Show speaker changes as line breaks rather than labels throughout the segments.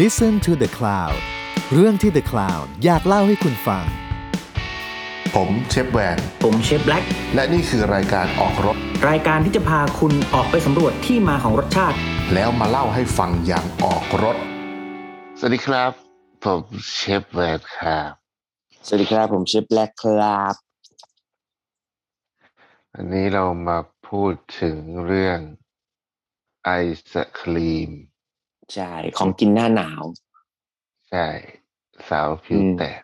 Listen to the Cloud เรื่องที่ The Cloud อยากเล่าให้คุณฟัง
ผมเชฟแวน
ผมเชฟแบล็ก
และนี่คือรายการออกรถ
รายการที่จะพาคุณออกไปสำรวจที่มาของรสชาติ
แล้วมาเล่าให้ฟังอย่างออกรถ
สวัสดีครับ ผมเชฟแวนครับ
สวัสดีครับ ผมชื่อแบล็คครับ
อันนี้เรามาพูดถึงเรื่องไอศครีม
ใช่ของกินหน้าหนาว
ใช่ สาวผิว
อืม
แตก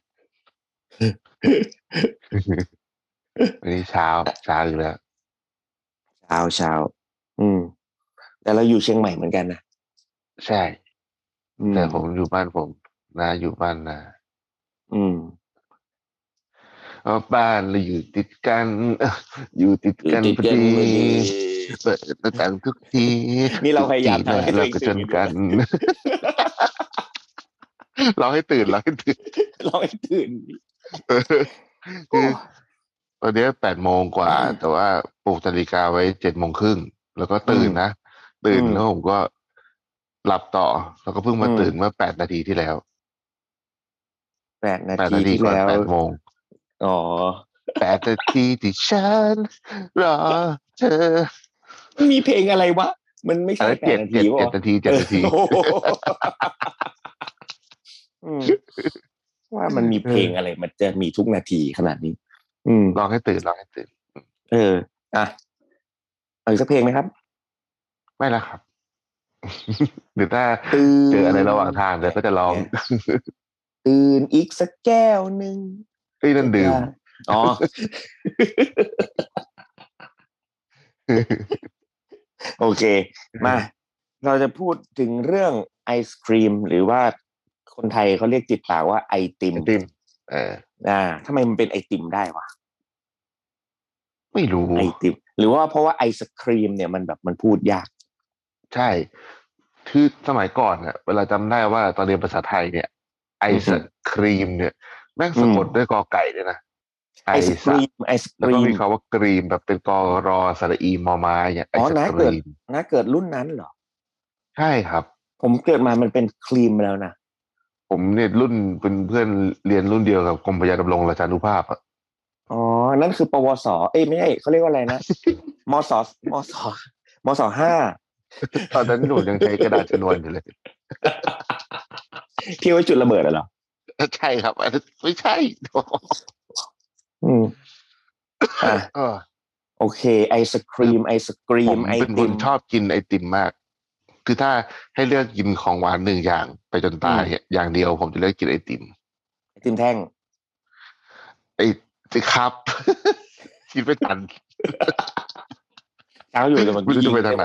วันนี้เช้าเช้าอีกแล้ว
เช้าเช้าอืม แต่เราอยู่เชียงใหม่เหมือนกันนะ
ใช่
อื
แต่ผมอยู่บ้านผมนะอยู่บ้านนะ
อืม
เพราะบ้านเราอยู่ติดกัน อยู่ติดกันพอดีเปิดหน้าต่างทุกที
นี่เราพยายามทำให้
เราก็
ตัวเอง
จนกัน
ตื่น
เราให้ตื่นเราให้ตื่น
เราให้ตื่น
เออ
โอ้
คือตอนเนี้แปดโมงกว่า
อืม
แต่ว่าปลุกนาฬิกาไว้เจ็ดโมงครึ่งแล้วก็ตื่นนะ ตื่น
อืม
แล้วผมก็หลับต่อ แล้วก็เพิ่งมา
อืม
ตื่นเมื่อแปดนาทีที่แล้ว
แปดนา
แปด
ที
นาที
ที่
ก่อน
แล้ว
แปดโมง
อ๋อ
แปดนาทีที่ฉันรอเธอ
มีเพลงอะไรวะ มันไม่
อัน
ใช่
นั้น
แป
เจ็
ด
ด
นา
เจ็
ที
ด
วะ
เจ็ดนาทีเจ็ดนาที
โอ้โหอืมว่ามันมีเพลงอะไร มันจะมีทุกนาทีขนาดนี้ อืม
ลองให้ตื่นลองให้ตื่น
เออ อ่ะเอาอีกสักเพลงไหมครับ
ไม่ละ ครับ หรือถ้า
ตื่น
เจออะไรระหว่างทางเดี๋ยวก็จะร้อง
ตื่นอีกสักแก้วหนึ่ง
เอ้ยนั่นดื่ม
อ๋อ โอเค มา เราจะพูดถึงเรื่องไอศครีม หรือว่าคนไทยเขาเรียกติดปากว่าไอติ ม
ไอติมเออ
อ่าทำไมมันเป็นไอติมได้วะ
ไม่รู้
ไอติม หรือว่าเพราะว่าไอศครีมเนี่ยมันแบบมันพูดยาก
ใช่ คือสมัยก่อนเนี่ยเวลาจำได้ว่าตอนเรียนภาษาไทยเนี่ย ไอศครีมเนี่ยแม่งสะกด
อืม
ด้วยกอไก่ด้วยนะ ไอ
ไอศ
ศ
ครีมไอศค
แล้ว
รี
ก็
ม
มีคำว่ากรีมแบบเป็นกอรอสระอีมอไม้เนี่ยไอ
อ๋อ
ศ
นะ
ค
เกิ
รี
ด
ม
นะเกิดรุ่นนั้นเหรอ
ใช่ครับ
ผมเกิดมามันเป็นครีมแล้วนะ
ผมเนี่ยรุ่นเป็นเพื่อนเรียนรุ่นเดียวกับกรมพยาดำรงราชานุภาพอะ
อ๋อ นั่นคือ ปวส เอ้ยไม่ใช่เขาเรียกว่าอะไร นะ มสมสมสห้า
ตอนนั้นหนูยังใช้กระดาษชนวนอยู่เลย
ที่ไว้จุดระเบิดอะเหรอ
ใช่ครับอันนั้นไม่ใช่
อืม อ่ะ
เออ
โอเค ไอศครีม ไอศครี
ผม ม
ไอ
เป็นค
ติ
น
ม
ชอบกินไอติมมาก คือถ้าให้เลือกกินของหวานหนึ่งอย่างไปจนตาย
อืม
เนี่ยอย่างเดียวผมจะเลือกกินไอติม
ไอติมแท่ง
ไอ้สิครับ คิดไม่ทัน
เช้าอยู่แต่มัน
ไม่รู้จะไปทางไหน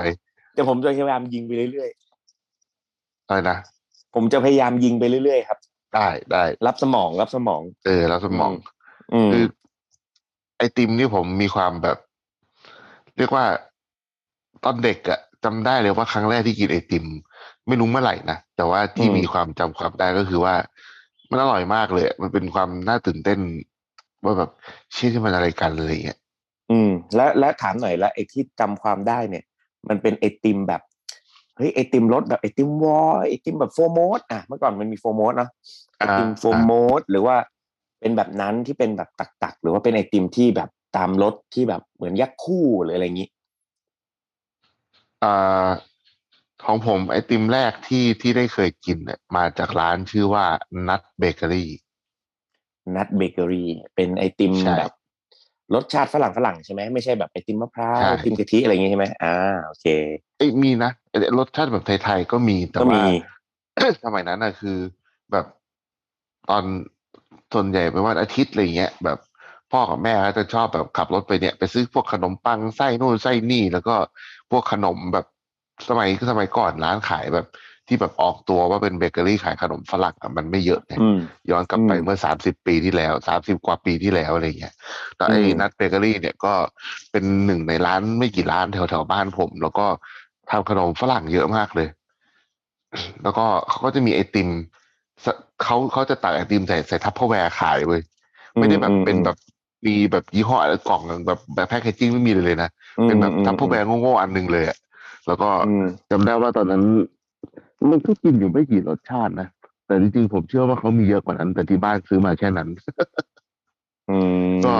แต่ผมจะพยายามยิงไปเรื่อย
อะไรนะ
ๆ ผมจะพยายามยิงไปเรื่อยๆครับ
ได้ได้
รับสมอง รับสมอง
เออแล้วสมอง
อืม
คือ ไอติมนี่ผมมีความแบบ เรียกว่าตอนเด็กอะจำได้เลยว่าครั้งแรกที่กินไอติม ไม่รู้เมื่อไหร่นะ แต่ว่าที่
อืม
มีความจำความได้ก็คือว่า มันอร่อยมากเลย มันเป็นความน่าตื่นเต้น ว่าแบบเชื่อที่มันอะไรกันเลยอย่างเงี้ย
อืม แล้วแล้วถามหน่อยแล้วไอที่จำความได้เนี่ย มันเป็นไอติมแบบเฮ้ยไอติมรสแบบไอติมวอลไอติมแบบโฟร์โมดอ่ะเมื่อก่อนมันมีโฟร์โมดเนาะไอติมโฟร์โมดหรือว่าเป็นแบบนั้นที่เป็นแบบตักๆ หรือว่าเป็นไอติมที่แบบตามรสที่แบบเหมือนยักษ์คู่หรืออะไรอย่างนี้
อ่าของผมไอติมแรกที่ที่ได้เคยกินเนี่ยมาจากร้านชื่อว่านัทเบเกอรี่
นัดเบเกอรี่เป็นไอติม
ใช่
แบบรสชาติฝรั่งฝรั่งใช่ไหมไม่ใช่แบบไอติมมะพร้าว
ใช่
ไอติมกะทิอะไรอย่างงี้ใช่ไหมอ่าโอเค
เอ้ยมีนะเอ้ยรสชาติแบบไทยๆก็มีแต่
ก็
ว่า
มี
สมัยนั้นน่ะคือแบบตอนส่วนใหญ่เป็นวันอาทิตย์อะไรเงี้ยแบบพ่อกับแม่ก็จะชอบแบบขับรถไปเนี่ย ไปซื้อพวกขนมปังไส้นู่นไส้นี่ แล้วก็พวกขนมแบบสมัยสมัยก่อนร้านขายแบบที่แบบออกตัวว่าเป็นเบเกอรี่ขายขนมฝรั่งอะมันไม่เยอะไง
อืม
ย้อนกลับไป
อืม
เมื่อสามสิบปีที่แล้วสามสิบกว่าปีที่แล้วอะไรเงี้ยแต่ไอ้
อืม
นัทเบเกอรี่เนี่ยก็เป็นหนึ่งในร้านไม่กี่ร้านแถวๆบ้านผม แล้วก็ทำขนมฝรั่งเยอะมากเลย แล้วก็เขาก็จะมีไอติมสเขาเขาจะตักไอติมใส่ใส่ทัพพแวร์ขายเว้ยไม่ได้แบบเป็นแบบมีแบบยี่ห้ออะไรกล่องแบบแบบแพคเกจิ้งไม่มีเลยเลยนะเป็นแบบทัพพแวร์โง่ๆอันหนึงเลยอะแล้วก็
อืม
จำได้ว่าตอนนั้น มันก็กินอยู่ไม่กี่รสชาตินะ แต่จริงๆผมเชื่อว่าเขามีเยอะกว่านั้น แต่ที่บ้านซื้อมาแค่นั้น
อืม
ก็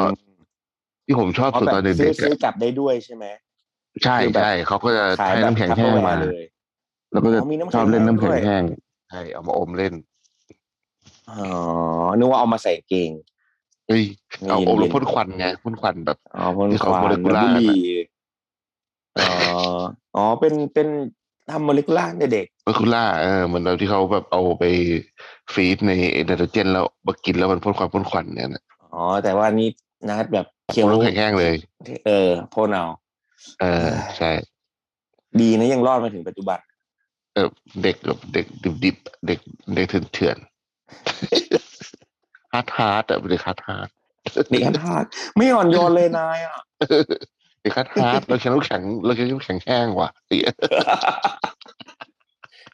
ที่ผมชอบ
เอา
สุด
แบบ
ตอน
ซื้
เด็
อก
ๆ
ซื้
อะ
อกลับได้ด้วยใช่ไหม
ใช่
ซื้อแบบ
ใช่เขาก็จะ
ขาย
ให้
แบบ
น้ำแข็ง
ทัพเป
แห้
องร์แว
มา
ร์เลย
แล้วก็จะ
อ๋อมีน้ำ
ช
แข็ง
อบเล่นน้ำ
แห้
แข็
ง
ง
ด้วย
แห้งใช่เอามาอมเล่น
อ๋อนึกว่าเอามาใส่เกง
เอ้ย
นี่
เอาอมแล้ว
ย็ๆ
พ่นควันไงพ่นควันแบบ
อ๋อพ่น
ที่
ค
เขา
วัน
โมเลกุลาร์
บุหรี่อ๋ออ๋อเป็นเป็นทำโมเลกุลาร์ในเด็ก
เมอร์คูล่าเออเหมือนเราที่เขาแบบเอาไปฟรีดในเอเนอร์เจนแล้วมากินแล้วมันพ่นควันพ่นควันเนี่ยนะ
อ๋อ แต่ว่านี่นัดแบบเคี้ยว
โอ้น้ำแข็งแห้งเลย
เออพ่นเอา
เออใช่
ดีนะยังรอดมาถึงปัจจุบัน
เออเด็กแบบเด็กดิบๆเด็กเด็กเถื่อนๆฮ าร์ดฮาร์ดอะเด็กฮาร์ดฮาร์ด
นี่กันทาดไม่อ่อนโยนเลยนายอ่ะ
เด็กฮาร์ดฮาร์ดเราแข็งน้ำแข็งเราแข็งน้ำแข็งแห้งว่ะ เหี้ย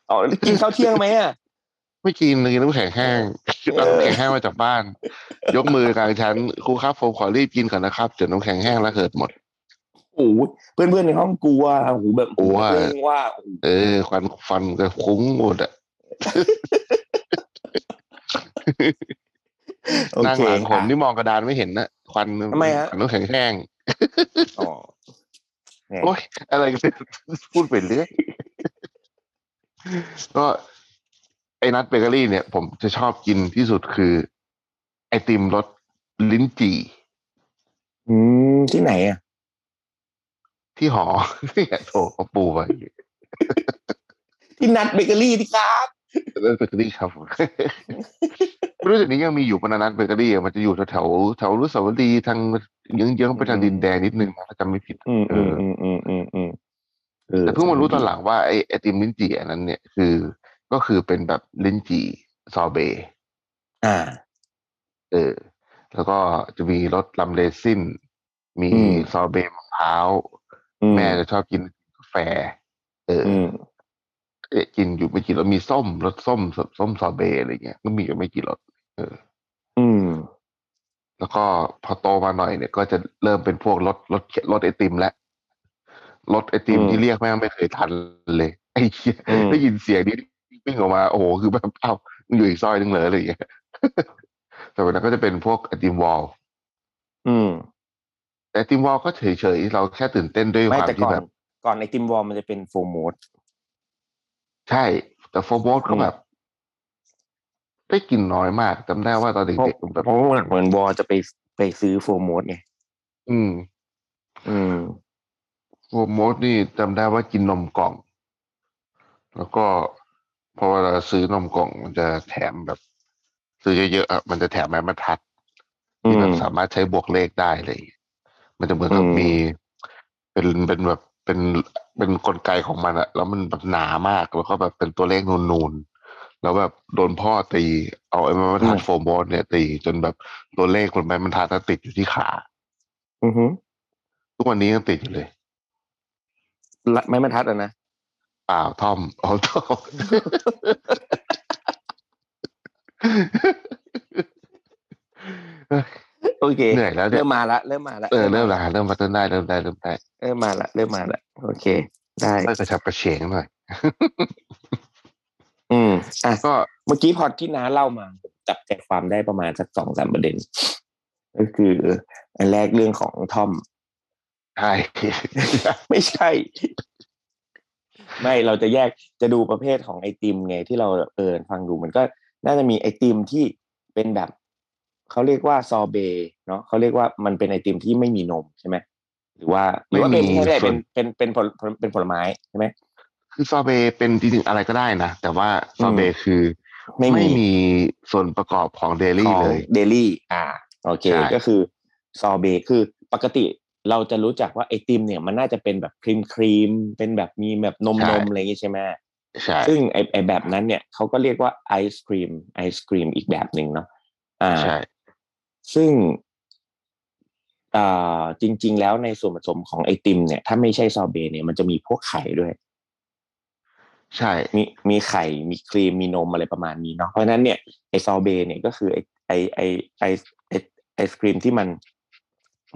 เอากินข้าวเที่ยงไหมอ่ะ
ไม่กินเลยกินน้ำแข็งแห้ง เอาน้ำแข็งแห้งมาจากบ้าน ยกมือกลางชั้นครูครับผมขอรีบกินก่อนนะครับเดี๋ยวน้ำแข็งแห้งแล้วเกิดหมด
โอ้ยเพื่อนเพื่อนๆในห้องกลัวโอ้โหแบบ
กลัว
เกรงว่า
เออควันฟันก็คุ้งหมดอะ
โอ
นั่ง
เค
หลังผม
อ่ะ
นี่มองกระดานไม่เห็นนะควัน
ทำไมฮะ
ควันน้ำแข็งแห้ง
อ๋อเนี่ย
โอ๊ยอะไรกัน พูดไปเรื่อยก็ไอ้นัทเบเกอรี่เนี่ย ผมจะชอบกินที่สุดคือ ไอติมรสลิ้นจี่
อืมที่ไหนอ่ะ
ที่หอ เนี่ยโถเอาปูไป
ที่นัดเบเกอรี่ที่ครับ
นัทเบเกอรี่ครับผม ไม่รู้จักนี้ยังมีอยู่ปะนะนัทเบเกอรี่อะมันจะอยู่แถวๆแถวรุสาวรีย์ทางเยื้องๆไปทางดินแดงนิดนึงนะถ้าจำไม่ผิด
อืมอืมอืมอืมอืมอืม
แต่เพิ่งมารู้ตอนหลังว่าไอไอติมลิ้นจี่อันนั้นเนี่ยคือก็คือเป็นแบบลิ้นจี่ซอเบต์
อ่า
เออ แล้วก็จะมีรสลำเลซินมี
อืม
ซอเบต์มะพร้าว
อื
แม่จะชอบกินกาแฟ เอออ
อืม
เอ๊ะกินอยู่ไม่กี่รสมีส้มรสส้มสส้มซอเบต์อะไรเงี้ยก็มีอยู่ไม่กี่รส
อืม
แล้วก็พอโตมาหน่อยเนี่ย ก็จะเริ่มเป็นพวกรสรสรสไอติมและรสไอติมที่เรียกแม่งไม่เคยทันเลยไอ้เหี้ย
อืม
ได้ยินเสียงนี้วิ่งออกมา โอ้โห คือแบบเอ้ามึงอยู่อีกซอยนึงเลยอะไรอย่างเงี้ย แต่วันนั้นก็จะเป็นพวกไอติมวอล
อืม
แต่ไอติมวอลก็เฉยๆ เราแค่ตื่นเต้นด้วยค
ไม่
วาม
แต่
ที่
ก่อ
แบ
น
บ
ก่อนไอติมวอร์มมันจะเป็นโฟร์โมด
ใช่ แต่โฟร์โมสก็
อืม
แบบ ได้กินน้อยมากจำได้ว่าตอนเด็กๆผมแบบ
เพราะว่าเหมือนวอร์จะไปไปซื้อโฟร์โมดไง
อืม
อืม
โฟร์โมสนี่จำได้ว่ากินนมกล่อง แล้วก็พอเวลาซื้อนมกล่อง มันจะแถมแบบ ซื้อเยอะๆอะมันจะแถมไม้บรรทัด ที่แบบสามารถใช้บวกเลขได้อะไรอย่างเลย มันจะเหมือนกับ
อืม
มี เป็นเป็นแบบเป็นเป็นกลไกของมันอะแล้วมันแบบหนามากแล้วก็แบบเป็นตัวเลขนูนๆ แล้วแบบโดนพ่อตี เอาไอ้ไม้บรรทัดโฟมบอลเนี่ยตีจนแบบตัวเลขบนไม้บรรทัดน่ะติดอยู่ที่ขา
อือฮึ
ทุกวันนี้ยังติดอยู่เลย
ละไม้บรรทัดอ่ะนะ
เปล่าท่อมเอา ท่อม
โอเค
เหนื่อยแล้วเนี่ย
เริ่มมาละเริ่มมาละ
เออเริ่มละเริ่มมาเต้นได้เริ่มได้เริ่มได้
เริ่มมาละเริ่มมาละโอเค ได้
เริ่มกระชับกระเฉงหน่อย
อืมอ่ะ
ก็
เมื่อกี้พอที่น้าเล่ามาผมจับใจความได้ประมาณสักสองสามประเด็น ก็คือ อันแรกเรื่องของทอม
ใช่
ไม่ใช่ ไม่เราจะแยกจะดูประเภทของไอติมไงที่เราเออฟังดูมันก็น่าจะมีไอติมที่เป็นแบบเขาเรียกว่าซอเบต์เนาะเขาเรียกว่ามันเป็นไอติมที่ไม่มีนมใช่ไหมหรือว่าหรือว่าเป็นแค่ได้เป็นเป็นเป็นผลเป็นผลไม้ใช่ไหม
คือซอเบต์เป็นจริงๆอะไรก็ได้นะ แต่ว่าซอเบต์คือ
ไม่มี
มีส่วนประกอบของเดลี่เลย
เดลี่ อ่า โอเค
ใช่
ก็คือซอเบคือปกติเราจะรู้จักว่าไอติมเนี่ยมันน่าจะเป็นแบบครีมครีมๆเป็นแบบมีแบบนมนมอะไรอย่างงี้ใช่ไหม
ใช่
ซึ่งไอไอแบบนั้นเนี่ยเขาก็เรียกว่าไอศครีมไอศครีมอีกแบบหนึ่งเนาะ อ่า
ใช่
ซึ่งอ่าจริง ๆ แล้วในส่วนผสมของไอติมเนี่ยถ้าไม่ใช่ซอเบเนี่ยมันจะมีพวกไข่ด้วย
ใช่
มีมีไข่ มีครีม มีนมอะไรประมาณนี้เนาะ เพราะฉะนั้นเนี่ยไอซอเบต์เนี่ยก็คือไอไอไอไอไอ้ไอศครีมที่มัน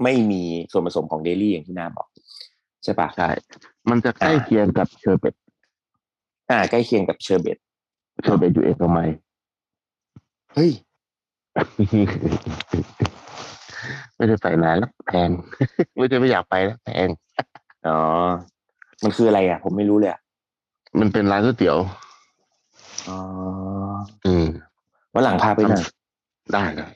ไม่มีส่วนผสมของเดลี่อย่างที่นาบอก ใช่ปะ
ใช่ มันจะใกล้เคียงกับเชอร์เบต
อ่าใกล้เคียงกับเชอร์เบต
เชอร์เบตอยู่เอกมัยเฮ้ย ไม่ได้ไปนานแล้วแพง ไม่ได้ไม่อยากไปแล้วแพง
อ๋อมันคืออะไรอ่ะ ผมไม่รู้เลยอะ
มันเป็นร้านก๋วยเตี๋ยว
อ๋อ
อืม
วันหลังพาไปหน่อย
ได้เลย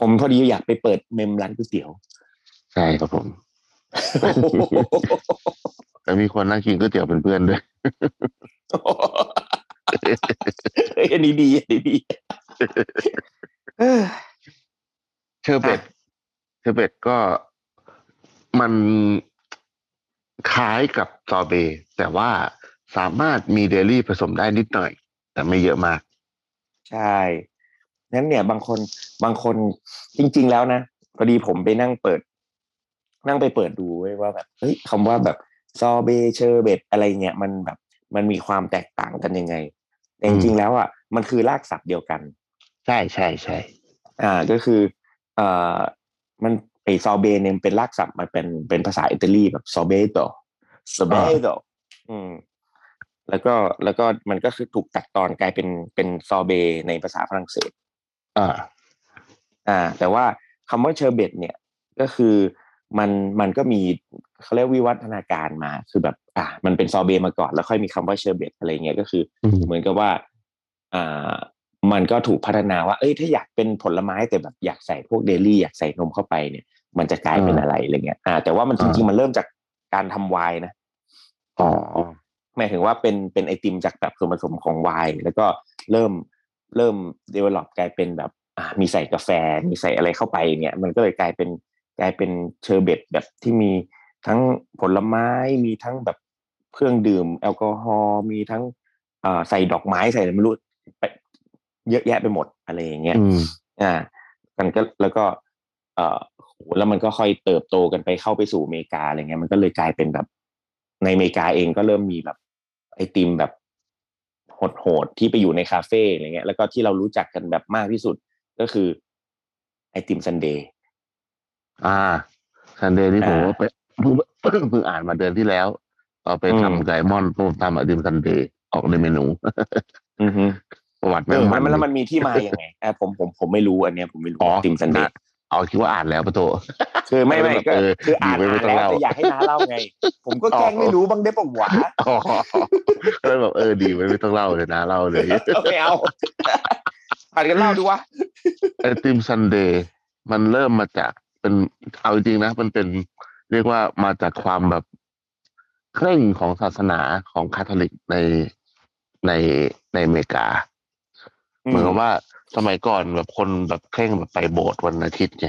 ผมพอดีอยากไปเปิดเมมร้านก๋วยเตี๋ยว
ใช่ครับผม แต่มีคนนั่งกินก๋วยเตี๋ยวเป็นเพื่อนด้วย
เฮ้ยอันนี้ดีอันนี้ดีเอ้ย
เชอร์เบตเชอร์เบตก็มันคล้ายกับซอร์เบต์แต่ว่าสามารถมีเดลี่ผสมได้นิดหน่อย แต่ไม่เยอะมาก
ใช่นั้นเนี่ยบางคนบางคนจริง ๆ แล้วนะพอดีผมไปนั่งเปิด นั่งไปเปิดดูเว้ยว่าแบบเฮ้ยคำว่าแบบซอเบเชอร์เบตอะไรเงี้ยมันแบบมันมีความแตกต่างกันยังไงแต่จริง ๆ แล้วอ่ะมันคือรากศัพท์เดียวกัน
ใช่ใช่ใช่
อ่าก็คือเอ่อมันไอซอเบเนี่ยมันเป็นรากศัพท์มันเป็นเป็นภาษาอิตาลีแบบซอเบโตซอเบโตอืม แล้วก็แล้วก็มันก็คือถูกตัดตอนกลายเป็นเป็นซอเบในภาษาฝรั่งเศส
อ่า
อ่าแต่ว่าคำว่าเชอร์เบตเนี่ยก็คือมันมันก็มีเขาเรียกวิวัฒนาการมาคือแบบ อ่า มันเป็นซอเบมาก่อน แล้วค่อยมีคำว่าเชอร์เบตอะไรเงี้ยก็คืออ
ม
เหมือนกับว่าอ่ามันก็ถูกพัฒนาว่า เอ้ยถ้าอยากเป็นผลไม้แต่แบบอยากใส่พวกเดลี่อยากใส่นมเข้าไปเนี่ย มันจะกลายเป็นอะไรอะไรเงี้ยอ่า แต่ว่ามันจริงๆมันเริ่มจากการทำไวน์นะ
อ๋อ
หมายถึงว่าเป็นเป็นไอติมจากแบบส่วนผสมของไวน์แล้วก็เริ่มเริ่ม develop กลายเป็นแบบอ่ามีใส่กาแฟ มีใส่อะไรเข้าไปเนี่ย มันก็เลยกลายเป็นกลายเป็นเชอร์เบตแบบที่มีทั้งผลไม้มีทั้งแบบเครื่องดื่ม แอลกอฮอล์มีทั้งอ่าใส่ดอกไม้ใส่อะไรไม่รู้ไปเยอะแยะไปหมดอะไรอย่างเงี้ย
อืม
อ่ามันก็แล้วก็ เอ่อโหแล้วมันก็ค่อยเติบโตกันไปเข้าไปสู่อเมริกาอะไรเงี้ยมันก็เลยกลายเป็นแบบ ในอเมริกาเองก็เริ่มมีแบบไอติมแบบโหดๆที่ไปอยู่ในคาเฟ่อะไรเงี้ย แล้วก็ที่เรารู้จักกันแบบมากที่สุดก็คือ ไอติมซันเดย์
อ่าซันเดย์นี่ผม
อ่า
ว่าไป เพิ่งเพิ่งอ่านมาเดือนที่แล้วเอาไปทำไก่มอนผมทำอดิมซันเดย์ออกในเมนู
อือฮึ
ประวัติ
เอ
แม่ง
อ
มั
มัน นแล้วมันมีที่มา อย่างไงเอ่อผมผมผมไม่รู้อันเนี้ยผมไม่รู้
อ๋อ
ไอติมซันเดย์
เอาคิดว่าอ่านแล้วปะโต
คือไม่ไม่ก็
เออ
คืออ่าน
อยู่ไม่ต้อง
อ่านแล้ว
เล่า
แต่อยากให้น้าเล่าไง ผมก็แกล้งไม่รู้บ้างได้ปะวะ
อ๋อ ก็เลยแบบเออดีไว้ไม่ต้องเล่าเลยนะเล่า เลย
ไม่ เอาอ่านกันเล่าดีวะ
ไอติมซันเดย์มันเริ่มมาจากเป็นเอาจริงๆนะ มันเป็นเรียกว่ามาจากความแบบเคร่งของศาสนาของคาทอลิกในในในอเมริกา เหมือนกับว่าสมัยก่อนแบบคนแบบเคร่งแบบไปโบสถ์วันอาทิตย์ไง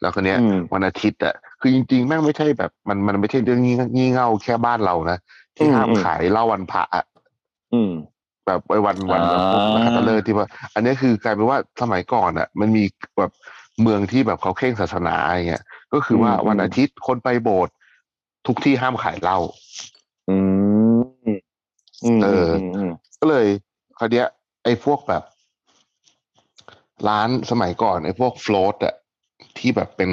แล้วคนเนี้ย
อืม
วันอาทิตย์อ่ะคือจริงๆแม่งไม่ใช่แบบ มันมันไม่ใช่เรื่องงี่งี่เง่าแค่บ้านเรานะที่
อืม
ห้าม
อืม
ขายเหล้าวันพระอะ
อืม
แบบไอ้วันวันแบบพวก
อ่า
คาตเลอร์ที่ว่า อันนี้คือกลายเป็นว่าสมัยก่อนอ่ะ มันมีแบบเมืองที่แบบเขาเคร่งศาสนาอย่างเงี้ยก็คือว่าวันอาทิตย์คนไปโบสถ์ทุกที่ห้ามขายเหล้า
อืมอืม
เออ
อืม
ก็เลยคราวเนี้ยไอ้พวกแบบ ร้านสมัยก่อนไอ้พวกโฟลตอ่ะที่แบบเป็น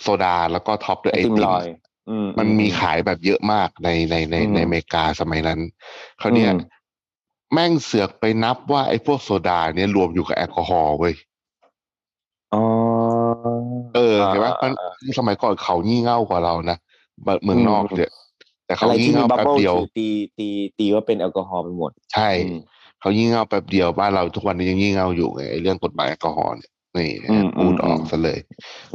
โซดาแล้วก็ท็อปด้วยไอ
ติม
ติ
ล
ม
อยอื
มันมีขายแบบเยอะมากในในใน
อืม
ในอเมริกาสมัยนั้นคราวเนี้ย
อืม
แม่งเสือกไปนับว่าไอ้พวกโซดาเนี่ยรวมอยู่กับแอลกอฮอล์เว้ย
อ๋อ
เออเห็นไหม
อ่าอ่า
มันสมัยก่อนเขางี่เง่ากว่าเรานะแบบเมืองนอก
อืม
เนี่ยแต่
อะ
เขา
ไร
งี่
ที่มี
เง่า
บับ
แป๊บ
เบิ้ล
เดียว
คือตีตีตีว่าเป็นแอลกอฮอล์ไปหมด
ใช่
อืม
เขางี่เง่าแป๊บเดียวบ้านเราทุกวันนี้ยังงี่เง่าอยู่ไงไอ้เรื่องกฎหมายแอลกอฮอล์เนี่ยนี่
อืม
พูด
อืม
ออก
อืม
ซะเลย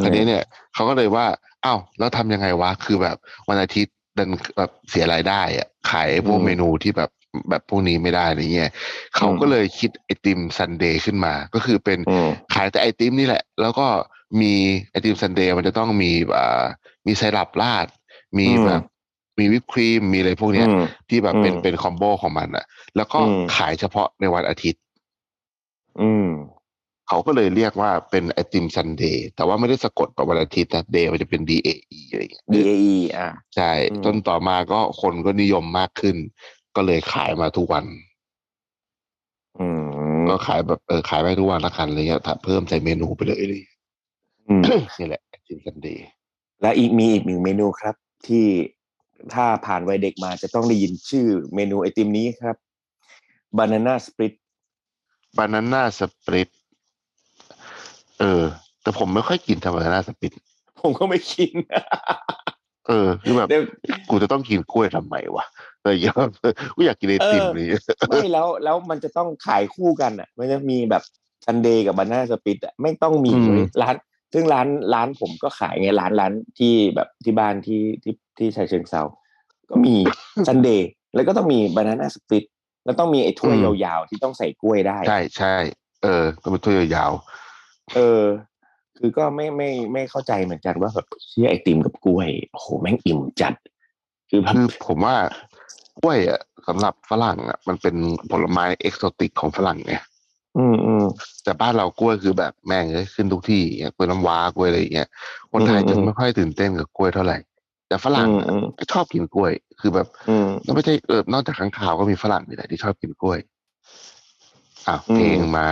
คราวนี้เนี่ยเขาก็เลยว่าอ้าวแล้วทำยังไงวะคือแบบวันอาทิตย์ดันแบบเสียรายได้อะขายพวกเมนูที่แบบแบบพวกนี้ไม่ได้อะไรเงี้ยเขาก็เลยคิดไอติมซันเดย์ขึ้นมาก็คือเป็น
อืม
ขายแต่ไอติมนี่แหละ แล้วก็มีไอติมซันเดย์มันจะต้องมีอ่ามีไซรัปราด มีแบบมีวิปครีม มีอะไรพวกเนี้ย
อืม
ที่แบบเป็น
อืม
เป็นคอมโบของมันอะแล้วก็
อืม
ขายเฉพาะในวันอาทิตย์
อืม
เขาก็เลยเรียกว่าเป็นไอติมซันเดย์แต่ว่าไม่ได้สะกดแบบวันอาทิตย์นะเดย์มันจะเป็น D A E อะไรอย่างเงี้ย
DAE อ่ะ
ใช่
อืม
จนต่อมาก็คนก็นิยมมากขึ้น ก็เลยขายมาทุกวัน
อืม
ก็ขายแบบเออขายไปทุกวันละกันอะไรเลยถ้าเพิ่มใส่เมนูไปเลยเลย
อืม
นี่แหละไอติมซันเดย์
และอีกมีอีกหนึ่งเมนูครับ ที่ ถ้าผ่านวัยเด็กมาจะต้องได้ยินชื่อเมนูไอติมนี้ครับ Banana Split
บานาน่าสปริตเออ แต่ผมไม่ค่อยกินทำบานาน่าสปริต
ผมก็ไม่กิน
เออคือแบบ
เดี๋ยว
กูจะต้องกินกล้วยทำไมวะอะไรอย่างเงี้ ยกูอยากกินไอติม
เออ
นี่
ไม่แล้วแล้วมันจะต้องขายคู่กันอ่ะ มันจะมีแบบซันเดย์กับบานาสปิดอ่ะไม่ต้องมีเว้ยร้าน ซึ่งร้านร้านผมก็ขายไงร้านร้านที่แบบที่บ้านที่ที่ที่ชายเชิงเซาก็ มีซันเดย์แล้วก็ต้องมีบานาน่าสปิดแล้วต้องมีไอ้ถ้วยยาวๆที่ต้องใส่กล้วยได้
ใช่ใช่เออก็เป็นถ้วยยาว
เออ คือก็ไม่ไม่ไม่เข้าใจเหมือนกันว่าแบบเชี่ยไอติมกับกล้วยโอ้โหแม่งอิ่มจัด คือแบ
ๆ
บ
คือผมว่ากล้วยอ่ะสำหรับฝรั่งอ่ะมันเป็นผลไม้เอกโซติกของฝรั่งไง
อืมอืม
แต่บ้านเรากล้วยคือแบบแม่งเลยขึ้นทุกที่อย่างเงี้ยกล้วยน้ำว้ากล้วยอะไรอย่างเงี้ยคนไทย
อืมอืม
จะไม่ค่อยตื่นเต้นกับกล้วยเท่าไหร่ แต่ฝรั่งอะ
อืม
ชอบกินกล้วย คือแบบ
อืม
แล้วไม่ใช่เออนอกจากข้างข่าวก็มีฝรั่งนี่แหละที่ชอบกินกล้วยอ่ะ
อืม
เพลงมา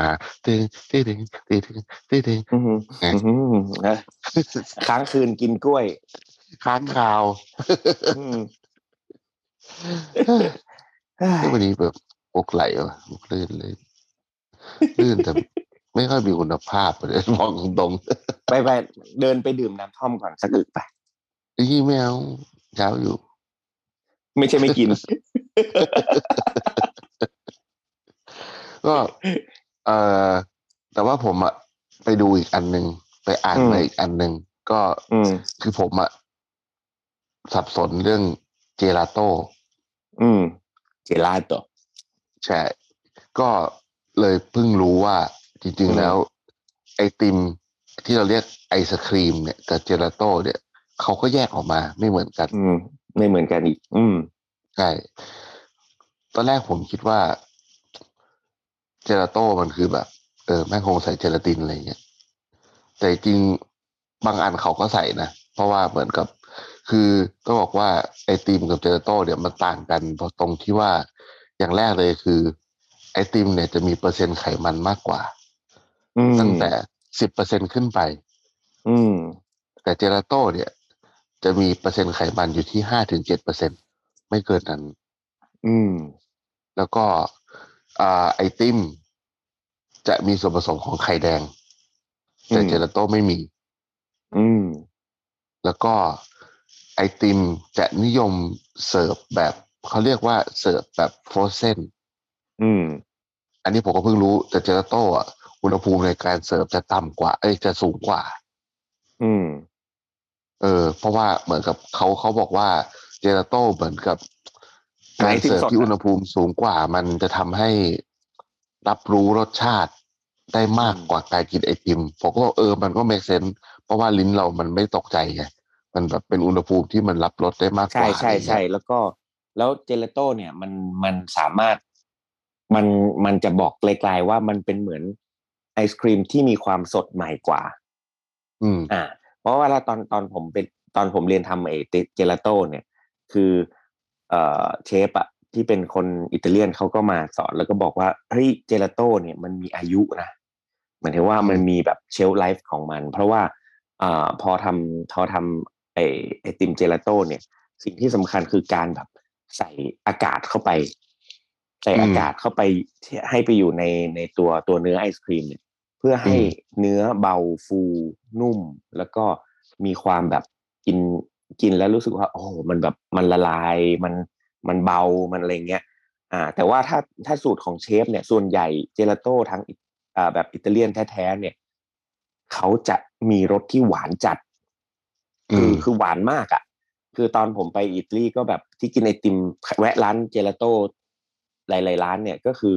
ตึงตึงตึงตึงตึงตึงตึง
อืมอืมอืมนะค้างคืนกินกล้วย
ค้างข่าว
อื ม
ทุกวันนี้แบบอกไหลวะอกลื่นเลยลื่นแต่ไม่ค่อยมีคุณภาพเลย มองตรง
ไปไปเดินไปดื่มน้ำท่อมก่อนสักอึกไป
ๆไอ้ยี่แมวเช้าอยู่
ไม่ใช่ไม่ กิน
ก็เออแต่ว่าผมอะไปดูอีกอันหนึ่งไปอ่าน
อืม
มาอีกอันหนึ่งก็
อืม
คือผมอะสับสนเรื่องเจลาโต้
อืมเจลาโต
ใช่ก็เลยเพิ่งรู้ว่าจริง
อืม
ๆแล้ว ไอติมที่เราเรียกไอศครีมเนี่ยกับเจลาโต้เนี่ยเขาก็แยกออกมาไม่เหมือนกัน
อืม ไม่เหมือนกันอีก อืม
ใช่ ตอนแรกผมคิดว่า เจลาโต้มันคือแบบ เออแม่งคงใส่เจลาตินอะไรอย่างเงี้ย แต่จริงบางอันเขาก็ใส่นะ เพราะว่าเหมือนกับ คือก็บอกว่าไอติมกับเจลาโต้เนี่ยมันต่างกันตรงที่ว่าอย่างแรกเลยคือ ไอติมเนี่ยจะมีเปอร์เซ็นต์ไขมันมากกว่า
อืม
ตั้งแต่สิบเปอร์เซ็นขึ้นไป
อืม
แต่เจลาโต้เนี่ย จะมีเปอร์เซ็นต์ไขมันอยู่ที่ห้าถึงเจ็ดเปอร์เซ็นไม่เกินนั้น
อืม
แล้วก็อ่าไอติมจะมีส่วนผสมของไข่แดง แต่
อืม
เจลาโต้ไม่มี
อืม
แล้วก็ไอติมจะนิยมเสิร์ฟแบบ เขาเรียกว่าเสิร์ฟแบบฟรอเซน
อืม
อันนี้ผมก็เพิ่งรู้แต่เจลาโต้อะอุณหภูมิในการเสิร์ฟจะต่ำกว่า เอ้ยจะสูงกว่า
อืม
เออ เพราะว่าเหมือนกับเขาเขาบอกว่าเจลาโต้เหมือนกับ
หมา
า
ก
ย ร
ถึง
เสิร์ฟ
สด
ที่
อะ
อุณหภูมิสูงกว่า มันจะทำให้รับรู้รสชาติได้มากกว่าการกินไอติมผมก็บอกเออมันก็ make sense เพราะว่าลิ้นเรามันไม่ตกใจไงมันแบบเป็นอุณหภูมิที่มันรับรสได้มากก
ใช่
ว่าอะ
ใช่
ไรเงี้ย
ใช่แล้วก็แล้วเจลาโต้เนี่ยมันมันสามารถมันมันจะบอกไกลๆว่ามันเป็นเหมือนไอศครีมที่มีความสดใหม่กว่า
อืม
อ่าเพราะว่าเราตอนตอนผมเป็นตอนผมเรียนทำไอเจลาโต้เนี่ย คือเอ่อเชฟอะที่เป็นคนอิตาเลียนเขาก็มาสอนแล้วก็บอกว่าเฮ้ยเจลาโต้เนี่ยมันมีอายุนะเหมือนที่ว่ามันมีแบบเชลไลฟ์ของมัน เพราะว่าอ่าพอทำพอทำไอไอติมเจลาโต้เนี่ย สิ่งที่สำคัญคือการแบบใส่อากาศเข้าไป ใส่
อืม
อากาศเข้าไปให้ไปอยู่ในในตัวตัวเนื้อไอศครีมเนี่ย เพื่อให้
อืม
เนื้อเบาฟูนุ่ม แล้วก็มีความแบบกินกินแล้วรู้สึกว่า โอ้โหมันแบบมันละลายมันมันเบามันอะไรเงี้ย อ่า แต่ว่าถ้าถ้าสูตรของเชฟเนี่ยส่วนใหญ่เจลาโต้ทั้งอิอ่าแบบอิตาเลียนแท้ๆเนี่ยเขาจะมีรสที่หวานจัด
อื
คือ
ม
คือหวานมากอะ่ะ คือตอนผมไปอิตาลีก็แบบที่กินไอติมแวะร้านเจลาโต้หลายๆร้านเนี่ยก็คือ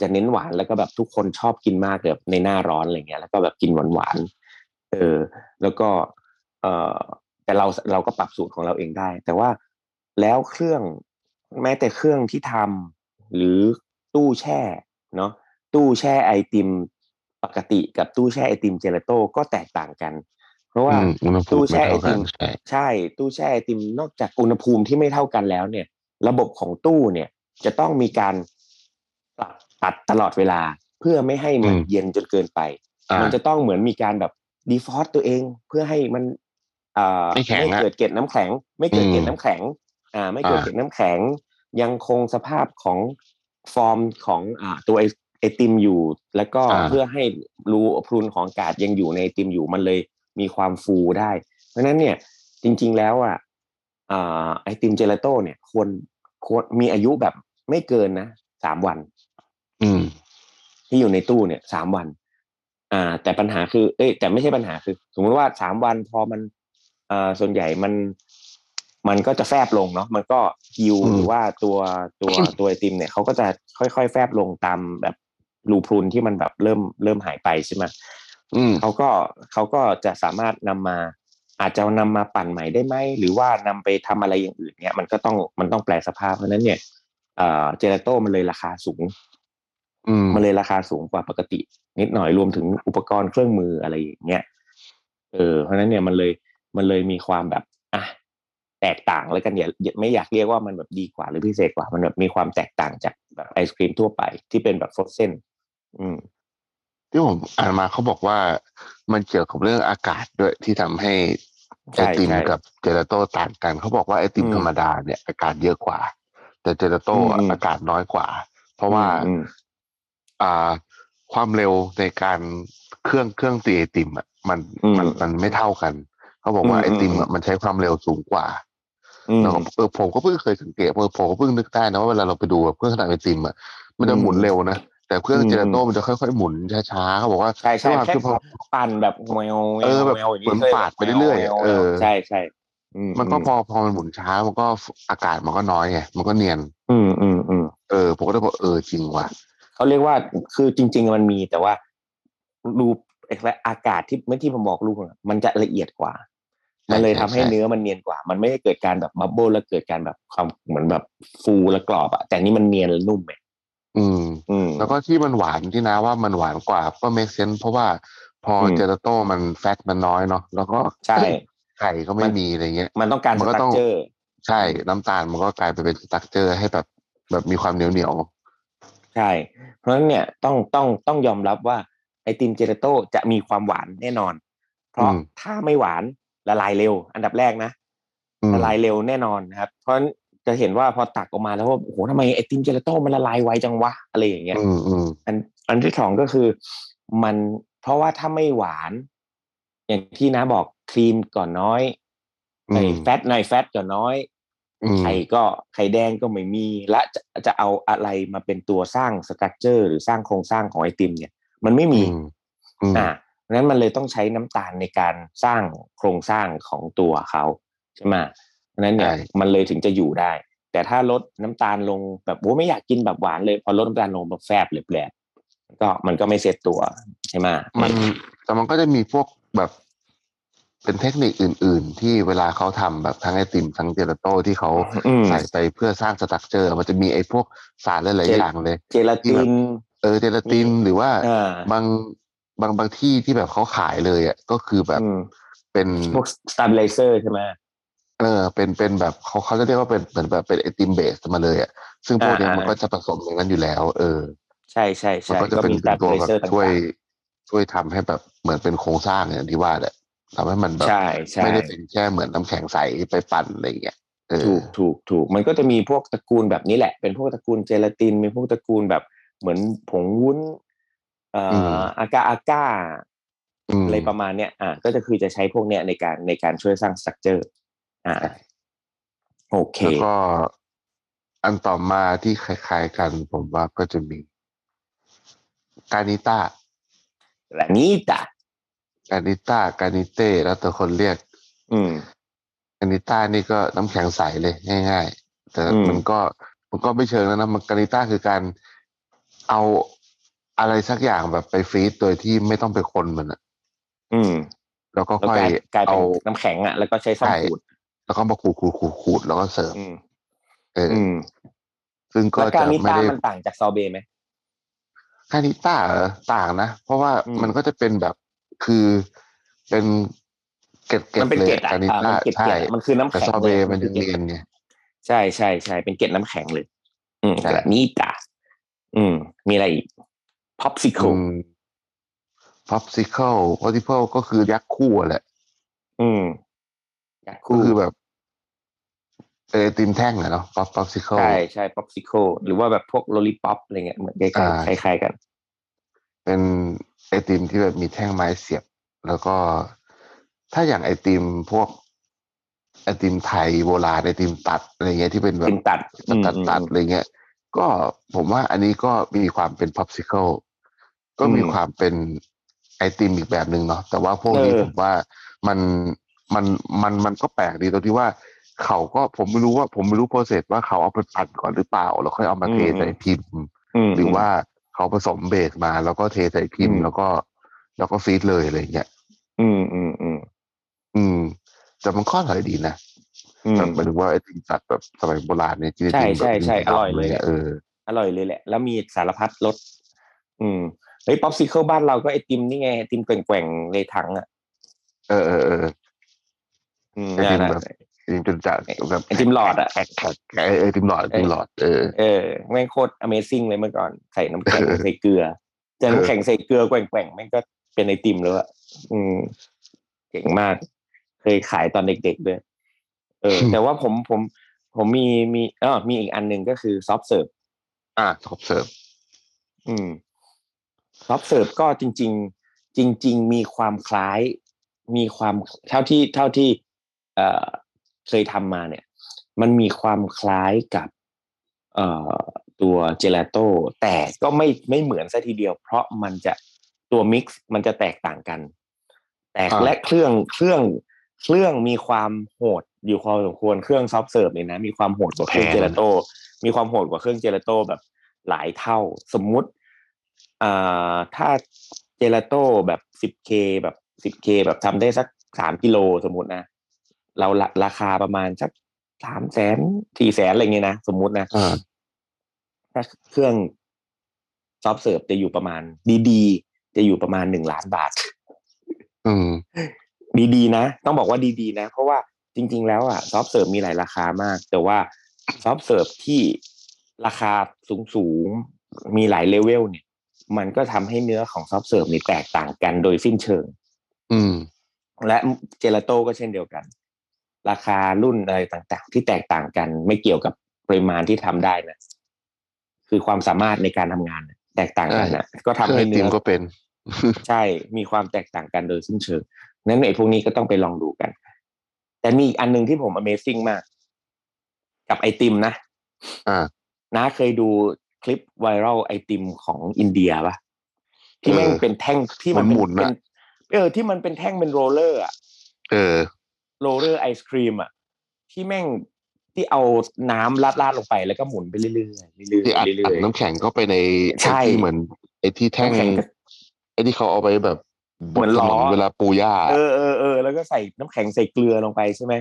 จะเน้นหวานแล้วก็แบบทุกคนชอบกินมากแบบในหน้าร้อนอะไรเงี้ยแล้วก็แบบกินหวานหวานๆเออ แล้วก็ เออแต่เราเราก็ปรับสูตรของเราเองได้ แต่ว่าแล้วเครื่องแม้แต่เครื่องที่ทำหรือตู้แช่เนาะตู้แช่ไอติมปกติกับตู้แช่ไอติมเจลาโต้ก็แตกต่างกัน เพราะว่า
อืมอุณหภูมิ
ตู้
ไม่
แช่ไอ
เท่ากั
ติ
น
ม
ใช่
ใช่ตู้แช่ไอติมนอกจากอุณหภูมิที่ไม่เท่ากันแล้วเนี่ย ระบบของตู้เนี่ยจะต้องมีการปรับตัดตลอดเวลา เพื่อไม่ให้มัน
อืม
เย็นจนเกินไป
อ่า
มันจะต้องเหมือนมีการแบบดีฟอสต์ตัวเองเพื่อให้มันเอ่อ
ไม่แข็งอะ
เกิดเกล็ดน้ำแข็ง ไม่เกิด
อืม
เกล็ดน้ำแข็ง อ่าไม่เกิน
อ่า
เจ็ดน้ำแข็ง ยังคงสภาพของฟอร์มของอ่าตัวไอไอติมอยู่ แล้วก็
อ่า
เพื่อให้รูพรุนของอากาศยังอยู่ในไอติมอยู่มันเลยมีความฟูได้ เพราะฉะนั้นเนี่ยจริง ๆแล้วอ่ะอ่าไอติมเจลาโต้เนี่ยควรควรมีอายุแบบไม่เกินนะสามวัน
อืม
ที่อยู่ในตู้เนี่ยสามวัน อ่า แต่ปัญหาคือ เอ้ยแต่ไม่ใช่ปัญหาคือ สมมติว่าสามวันพอมันอ่าส่วนใหญ่มัน มันก็จะแฟบลงเนาะมันก็ยิว
อืม
หรือว่าตัว ตัว
อืม
ตัวไอติมเนี่ยเขาก็จะค่อยๆ แฟบลงตามแบบรูพรุนที่มันแบบเริ่มเริ่มหายไปใช่ไหม
อืม
เขาก็เขาก็จะสามารถนำมา อาจจะนำมาปั่นใหม่ได้ไหมหรือว่านำไปทำอะไรอย่างอื่นเนี่ย มันก็ต้องมันต้องแปลสภาพเพราะฉะนั้นเนี่ยเอ่อเจลาโต้มันเลยราคาสูง
อืม
มันเลยราคาสูงกว่าปกติ นิดหน่อยรวมถึงอุปกรณ์เครื่องมืออะไรอย่างเงี้ยเออเพราะฉะนั้นเนี่ยมันเลยมันเลยมีความแบบอ่ะแตกต่างแล้วกันอย่าอย่าไม่อยากเรียกว่ามันแบบดีกว่าหรือพิเศษกว่ามันแบบมีความแตกต่างจากแบบไอศครีมทั่วไปที่เป็นแบบฟรอเซนอืม
ที่ผมอ่านมาเขาบอกว่ามันเกี่ยวกับเรื่องอากาศด้วยที่ทำให้
ใช่
ไอติม
ใช่
กับเจลาโต้ต่างกันเขาบอกว่าไอติม
อืม
ธรรมดาเนี่ยอากาศเยอะกว่า แต่เจลาโต้อะ
อืม
อากาศน้อยกว่า เพราะว่า
อืม
อ่าความเร็วในการเครื่องเครื่องตีไอติมอ่ะมัน
อืม
มันมันไม่เท่ากัน เขาบอกว่า
อืม
ไอติม
อื
อะ
ม
มันใช้ความเร็วสูงกว่า
อืม
แล้วก็เออผมก็เพิ่งเคยสังเกตเออผมก็เพิ่งนึกได้นะว่าเวลาเราไปดูแบบเครื่องขนาดไอติมอ่ะมันจะหมุนเร็วนะแต่เครื่อง
อืม
เจลาโต้มันจะค่อยๆหมุนช้าๆเขาบอกว่า
ใช่ใช่
ด้วยวาม
แค่
ที่พอ
ปั่นแบบแมว
เออแบบ
วย่งงี้
เหมือนปาดไปเรื่อยๆ
แมว
เออ
ใช่ใช่อื
มันก็พอพอมันหมุนช้ามันก็อากาศมันก็น้อยไงมันก็เนียน
อืมอืมอืม
เออผมก็ได้บอกเออจริงว่ะ
เขาเรียกว่าคือจริง ๆ มันมีแต่ว่ารูอากาศที่เมื่อที่ผมบอกรูปอะมันจะละเอียดกว่า
ใช่
มันเลยทำให้
ใช่
เนื้อมันเนียนกว่า มันไม่ได้เกิดการแบบบับเบิ้ลแล้วเกิดการแบบความเหมือนแบบฟูและกรอบอะแต่นี่มันเนียนและนุ่มไง
อืม
อืม
แล้วก็ที่มันหวานที่นะว่ามันหวานกว่าก็เมคเซนเพราะว่าพออ
ม
เจลาโต้มันแฟตมันน้อยเนาะแล้วก็
ใช่
ไข่ก็
มั
ไม่
น
มีอะไรเงี้ย
มันต้องการ
มั
ส
นก็
ตั๊
ต้
ก
อง
เจอร์
ใช่น้ำตาลมันก็กลายไปเป็นสตั๊กเจอร์ให้แบบแบบมีความเหนียวเหนียว
ใช่ เพราะฉะนั้นเนี่ยต้องต้องต้องยอมรับว่าไอติมเจลาโต้จะมีความหวานแน่นอน เพราะถ้าไม่หวานละลายเร็ว อันดับแรกนะ
ๆอืม
ละลายเร็วแน่นอนนะครับ เพราะจะเห็นว่าพอตักออกมาแล้วว่าโอ้โหทำไมไอติมเจลาโต้มันละลายไวจังวะอะไรอย่างเงี้ย
อืมอืม
อันอันที่สองก็คือมันเพราะว่าถ้าไม่หวาน อย่างที่น้าบอกครีมก่อนน้อย
อืม
ไอแฟตในแฟตก่อนน้อย
อืม
ไข่ก็ไข่แดงก็ไม่มีและจะจะเอาอะไรมาเป็นตัวสร้างสตรัคเจอร์ หรือสร้างโครงสร้างของไอติม เนี่ย มันไม่มี
อืมอืม
อ่านั้นมันเลยต้องใช้น้ำตาลในการสร้างโครงสร้างของตัวเขาใช่ไหมเพราะฉะนั้นเนี่ย
ใช่
มันเลยถึงจะอยู่ได้ แต่ถ้าลดน้ำตาลลงแบบโอ้ไม่อยากกินแบบหวานเลย พอลดน้ำตาลลงแบบแฟบหรือแปลบก็มันก็ไม่เซ็ตตัวใช่ไหม
มันแต่มันก็จะมีพวกแบบเป็นเทคนิคอื่น ๆ ที่เวลาเขาทำแบบทั้งไอติมทั้งเจลาโต้ที่เขา
อืม
ใส่ไปเพื่อสร้างสตรัคเจอร์ มันจะมีไอพวกสารหลาย
เจ
ๆอ
ล
ย่างเลย
เจลาติน
เออเจลาตินหรือว่า
อ่า
บางบางบางที่ที่แบบเขาขายเลยอ่ะก็คือแบบ
อืม
เป็น
พวกสตาบิไลเซอร์ใช่ไหม
เออเป็นเป็นแบบเขาเขาจะเรียกว่าเป็นเหมือนแบบเป็นไอติมเบสมาเลยอ่ะซึ่งพวกเนี้ย
อ่าอ่ามั
มันก็จะผสมอย่างนั้นอยู่แล้ว เออ
ใช่ใช่
มัน
ใช่
ก็จะเป็น
มีส
เป็
ตาน บิ
ตัว
ไล
แบบ
เซอร์ต่าง
ช่วยช่วยทำให้แบบเหมือนเป็นโครงสร้างอย่างที่ว่าแหละทำให้มันแบ
ๆ
บ
ใช่ใช่
ไม่ได้เป็นแค่เหมือนน้ำแข็งใสไปปั่นอะไรอย่างเงี้ยเออ
ถูกถูกถูกมันก็จะมีพวกตระกูลแบบนี้แหละ เป็นพวกตระกูลเจลาตินมีพวกตระกูลแบบเหมือนผงวุ้น เอ่อออากาอากา
อืม
อะไรประมาณเนี้ยอ่ะก็จะคือจะใช้พวกเนี้ยในการในการช่วยสร้างสตรัคเจอร์ อ่ะ
ใช่
โอเค
แล้วก็อันต่อมาที่คล้ายๆกันผมว่าก็จะมีกานิต้า
และนี่จ้ะ
กานิต้ากานิเต้แล้วแต่คนเรียก
อืม
กานิต้านี่ก็น้ำแข็งใสเลยง่าย ๆ แต่
อืม
มันก็มันก็ไม่เชิงแล้วนะมันกานิต้าคือการเอาอะไรสักอย่างแบบไปฟรีซโดยที่ไม่ต้องไปคนมันอะ
อืม
แล้วก็
แล้ว
ค่อก ย
ลายกลายเป็
เอา
นน้ำแข็งอ่ะแล้วก็ใช้ซ่อม
ใช่
ขูด
แล้วก็มาขูดขูดขูดขูดแล้วก็เสิร์ฟ
อืม
เอออ
อืม
ซึ่งก็
แล้วกา
จะ
รนิ
ไม่
ต้า
ได้
มันต่างจากซอเบต์ไหม
คานิต้าเหรอต่างนะ เพราะว่า
อืม
มันก็จะเป็นแบบคือเป็นเกล็ดเกล็
มั
ด
เป็น
เลย
เกล็ด
คา
อ่ะ
นิ
อ่ะมั
ต้าน
เกล็ด
ใช่
เกล็ดมันคือน้ำ
แต่
แข็ง
ซอเบ
ลย
ย์
อะ
มัน
คื
ยั
อง กล็ด
เรียนไง
ใช่ใช่ใช่เป็นเกล็ดน้ำแข็งเลย อืม
ใช่
แบบนี้จ้ะอืม มีอะไรอีกพ็อปซิคล
พับซิเคิลพับซิเคิลก็คือยักษ์คู่อะแหละ
อืมอยาก
ก็
คู่
คือแบบ ไอติมแท่งอะเนาะป๊อปป๊อปซิเคิล
ใช่ใช่ป๊อปซิโคหรือว่าแบบพวกโลลิป o p อะไรเงี้ยเหมือนใก
อ่า
ล้ๆคล้ายๆกัน
เป็นไอติมที่แบบมีแท่งไม้เสียบ แล้วก็ถ้าอย่างไอติมพวกไอติมไทยโบราณไอติมตัดอะไรเงี้ยที่เป็นแบบ
เป็นตัด
ตัดตัด
อืม
ตัดอะไรเงี้ย ก็ผมว่าอันนี้ก็มีความเป็นพับซิเคิลก็มี
อืม
ความเป็นไอติมอีกแบบหนึ่งเนาะแต่ว่าพวกนี้
เออ
ผมว่ามันมันมันมันก็แปลกดีตรงที่ว่าเขาก็ผมไม่รู้ว่า ผมไม่รู้โปรเซสว่าเขาเอาไปปั่นก่อนหรือเปล่า แล้วค่อยเอามาเทใส่พิมพ์
ม
หรือว่าเขาผสมเบสมาแล้วก็เทใส่พิม
อื
พ์
ม
แล้วก็ แล้วก็ฟีดเลยอะไรอย่างเงี้ย
อืมอืมอืม
อืม แต่มันข้ออร่อยดีนะ
อืม
แบบหมายถึงว่าไอ้ติ่งจัดแบบสมัยโบราณเนี่ยที่
ใช่
จริงๆแบบ
ใช่ใช่
จงๆ
อร่อยเลย
เออ
อร่อยเลยแหละ แล้วมีสารพัดรสอืมเฮ้ยป๊อปซิเคิลบ้านเราก็ไอติมนี่ไงไอติมแกว่งๆในถังอ่ะ
เออเออเออ
อืม
ไอติม
นั่นน่ะ
แบบ ไอติมจัดจัดแบบ
ไอติมหลอดอะ
แขกแขกแขกเออไอติมหลอดไอติมหลอดเออ
เออแม่งโคตร Amazing เลยเมื่อก่อนใส่น้ำแข็ง
เออ
ใส่เกลือแต่
เออ
น้ำแข็งใส่เกลือแกว่งๆแม่งก็เป็นไอติมแล้วอะอืมเก่งมาก เคยขายตอนเด็กๆด้วย เออ แต่ว่าผมผม ผมมีมีอ๋อมีอีกอันหนึ่งก็คือซอฟเสิร์ฟ
อ่ะครบเสิร์ฟ
อืมซอฟเสิร์ฟก็จริง ๆ จริง ๆ มีความคล้าย มีความเท่าที่เท่าที่ เอ่อเคยทำมาเนี่ย มันมีความคล้ายกับ เอ่อตัวเจลาโต้แต่ก็ไม่ไม่เหมือนซะทีเดียว เพราะมันจะตัวมิกซ์มันจะแตกต่างกัน แตกและเครื่องเครื่องเครื่องมีความโหดอยู่พอสมควรเครื่องซอฟเสิร์ฟเนี่ยนะมีความโหดกว่าเครื่องเจลาโต้มีความโหดกว่าเครื่องเจลาโต้แบบหลายเท่า สมมุติอ่าถ้าเจลาโต้แบบ 10K แบบ 10K แบบทำได้สักสามกิโลสมมตินะ เราละราคาประมาณสักสามแสนสี่แสนอะไรเงี้ยนะ สมมุตินะ
อ่า
ถ้าเครื่องซอฟเสิร์ฟจะอยู่ประมาณดีๆ จะอยู่ประมาณหนึ่งล้านบาท
อืม
ดีๆนะ ต้องบอกว่าดีๆนะ เพราะว่าจริง ๆ แล้วอ่ะซอฟเสิร์ฟมีหลายราคามาก แต่ว่าซอฟเสิร์ฟที่ราคาสูงๆ มีหลายเลเวลเนี่ย มันก็ทำให้เนื้อของซอฟเสิร์ฟนี่แตกต่างกันโดยสิ้นเชิง
อืม
และเจลาโต้ก็เช่นเดียวกัน ราคารุ่นอะไรต่างๆ ที่แตกต่างกันไม่เกี่ยวกับปริมาณที่ทำได้นะคือความสามารถในการทำงานน่ะแตกต่างกันนะก็ทำ
เครื่องไอติ
ให้เนื้
ม
อ
ก็เป็น
ใช่มีความแตกต่างกันโดยสิ้นเชิงนั้นไอ้พวกนี้ก็ต้องไปลองดูกัน แต่มีอีกอันหนึ่งที่ผม Amazing มาก กับไอติมนะ
อ่า
นะเคยดูคลิปไวรัลไอติมของอินเดียปะที่แม่ง
เออ
เป็นแท่งที่มัน
หมุนๆ
เป็
น่ะ
นเออที่มันเป็นแท่งเป็นโรลเลอร์อะ
เออ
โรลเลอร์ไอศครีมอ่ะที่แม่งที่เอาน้ำราดราดๆลงไปแล้วก็หมุนไปเรื่อยๆเรื่อย
ที่อัด
ๆเรื่
อัด
อย
น้ำแข็งเข้าไปใน
ใช่
ไอ้ที่เหมือนไอ้ที่แท่ง
น้ำแข็งก็
ไอ้ที่เขาเอาไปแบบบ
เหมื
ด
อน
ถ
ล้
น
อ
นเวลาปูหญ้า
ๆเออเออเออแล้วก็ใส่น้ำแข็งใส่เกลือลงไปใช่ไหม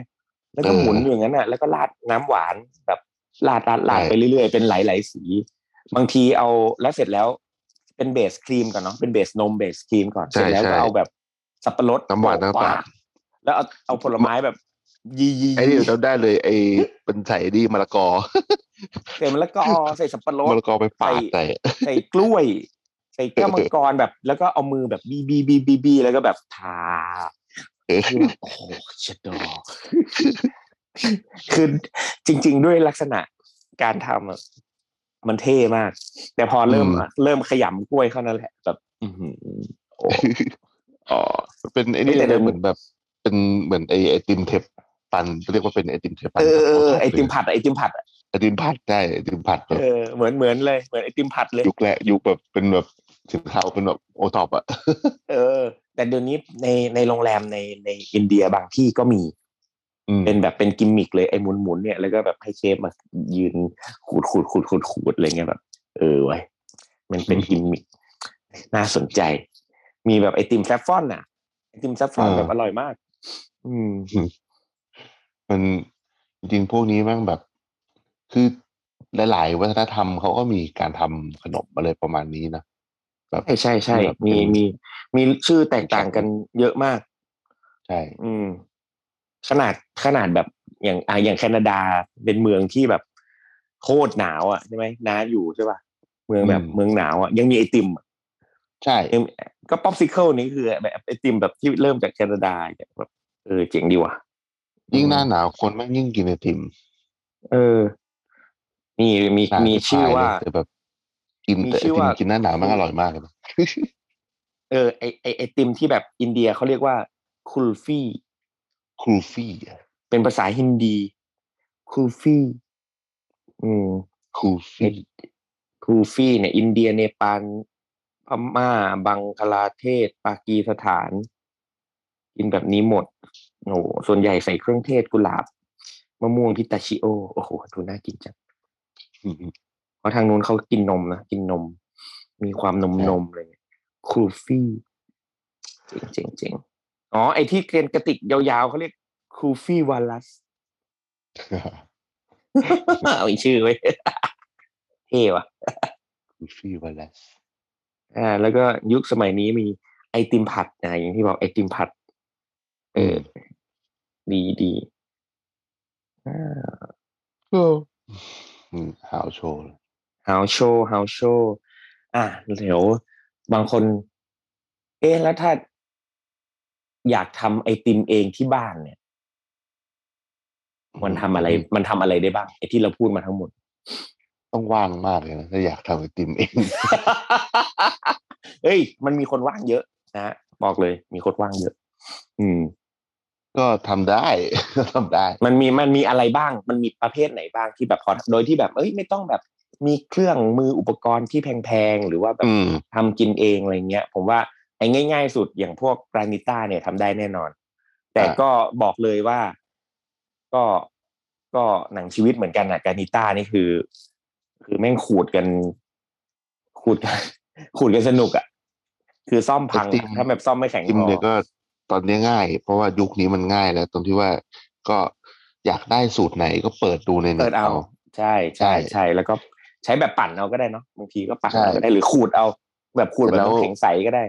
แล้วก็
เออ
หมุนอยู่อย่างนั้นอ่ะแล้วก็ราดน้ำหวานแบบราดราดราด
ใช่
ไปเรื่อยๆเป็นหลายๆสี บางทีเอาแล้วเสร็จแล้วเป็นเบสครีมก่อนเนาะเป็นเบสนมเบสครีมก่อนเสร็จแล้วก็เอาแบบสับปะรด
น้ำหวานน้ำตาล
แล้วเอาเอาผลไม้แบบ ยียี
ไอ้นี่เราจำได้เลย ไอ้เป็นใส่ดีมะละกอ
เสร็จแล้วก็ใส่สับปะรด
มะละกอไปปาดใส่
ใส่กล้วย ใส่แก้วมังกรแบบ แล้วก็เอามือแบบบีบีบีบีบีแล้วก็แบบทา
เออ
คือแบบโอ้โหชะดอคือจริง ๆ ด้วยลักษณะการทำอะมันเท่มาก แต่พอเริ่มอะเริ่มขยำกล้วยเข้านั่นแหละแบบ อือหือโอ้
อ๋อเป็นไอ้นี่
แต่
เล
เดิ
ย
ม
เหมือนแบบ เป็นเหมือนไอ้ไอติมเทปปันเรียกว่าเป็นไอติมเทปปัน
เออเออ
ขง
ไอติมผัดอะไอติมผัดอะ
ไอติมผัดได้ไอติมผัดแบบ
เออเหมือนเหมือนเลยเหมือนไอติมผัดเลย
ยุคแรกยุคแบบเป็นแบบสินเทาเป็นแบบโอท็อปอะ
เออ แต่เดี๋ยวนี้ในในโรงแรมในในอินเดียบางที่ก็มี
อืม
เป็นแบบเป็นกิมมิกเลยไอ้หมุนหมุนๆเนี่ยแล้วก็แบบให้เชฟมายืนขูดขูดขูดขูดขูดอะไรเงี้ยแบบเออไว้ยมันเป็นกิมมิกน่าสนใจ มีแบบไอติมแซฟฟอนน่ะไอติมแซฟฟอนแบบอร่อยมาก อืม
มันจริงๆพวกนี้แม่งแบบ คือหลาย ๆ วัฒนธรรมเขาก็มีการทำขนมอะไรประมาณนี้นะแบบ
ใช่ใช่ใช่
แบบเป็น
มีมีมีชื่อแตกต่างกันเยอะมาก
ใช่
อืม ขนาดขนาดแบบอย่างอ่ะอย่างแคนาดาเป็นเมืองที่แบบโคตรหนาวอ่ะใช่ไหมน้าอยู่ใช่ป่ะเมืองแบบ
อืม
เมืองหนาวอ่ะยังมีไอติมอะ
ใช่
เอ็มก็ป๊อปซิเคิลนี่คือแบบไอติมแบบที่เริ่มจากแคนาดาเนี่ยแบบเออเจ๋งดีว่ะ
ยิ่งหน้าหนาวคนแม่งยิ่งกินไอติม
เออ มีมี
ร้น
มี
ที่
ชื่อ
ขย
ว่า
เนี่ยคือแบบกิน
มี
แต่
ชื่อ
กิน
ว่า
กินหน้าหนาวมันอร่อยมากเลยนะ
เออไอไอไอติมที่แบบอินเดียเขาเรียกว่าคุลฟี่
ครูฟี่อะ
เป็นภาษาฮินดีคูฟี่อืม
ครูฟี่
คูฟี่เนี่ย อินเดียเนปาลพม่า บังคลาเทศ ปากีสถาน กินแบบนี้หมดโอ้โหส่วนใหญ่ใส่เครื่องเทศกุหลาบ มะม่วงพิตาชิโอ โอ้โห ดูน่ากินจังเพราะทางนู้นเขากินนมนะ กินนม มีความนมนมเลยคูฟี่เจ๋งเจ๋งๆอ๋อ ไอที่เกรียนกระติกยาวๆเขาเรียกคูฟี่วาลัส เอาอีกชื่อไว้ เท่ว่ะ
ครูฟี่วาเลส
อ่า แล้วก็ยุคสมัยนี้มีไอติมผัดนะอย่างที่บอกไอติมผัด เออ ดีดีอ่า
อืมหาวโชว์เลย
ฮาโชว์ฮาโชว์อ่ะเดี๋ยวบางคน เอ๊ะแล้วถ้า อยากทำไอติมเองที่บ้านเนี่ย มันทำอะไร มันทำอะไรได้บ้างไอที่เราพูดมาทั้งหมด
ต้องว่างมากเลยนะถ้าอยากทำไอติมเอง
เฮ้ย มันมีคนว่างเยอะนะฮะบอกเลย มีคนว่างเยอะ อืม
ก็ทำได้ ก็ทำได้
มันมีมันมีอะไรบ้าง มันมีประเภทไหนบ้างที่แบบพอโดยที่แบบ เอ้ยไม่ต้องแบบมีเครื่องมืออุปกรณ์ที่แพงๆ หรือว่าแบบ
อืม
ทำกินเองอะไรเงี้ย ผมว่าไอ้ง่าย ๆ สุดอย่างพวกกรานิต้าเนี่ยทำได้แน่นอน แต่
อ่า
ก็บอกเลยว่าก็ก็หนังชีวิตเหมือนกันอะกรานิต้านี่คือ คือแม่งขูดกัน ขูดกัน ขูดกันสนุกอะคือซ่อมพัง
แต่ติ่ม
ถ้าแบบซ่อมไม่แข็ง
ติม
พอ
เนี่ยก็ตอนนี้ง่าย เพราะว่ายุคนี้มันง่ายแล้วตรงที่ว่าก็อยากได้สูตรไหนก็เปิดดูในน็
เปิ
ต
ดเอา ใช่ใช่
ใช่
ใช่แล้วก็ใช้แบบปั่นเอาก็ได้เนาะบางทีก็ปั่น
ใช่
เอาก็ได้หรือขูดเอา แบบขูด
เสร็จ
แบบ
แล้ว
น้ำแข็งใสก็ได้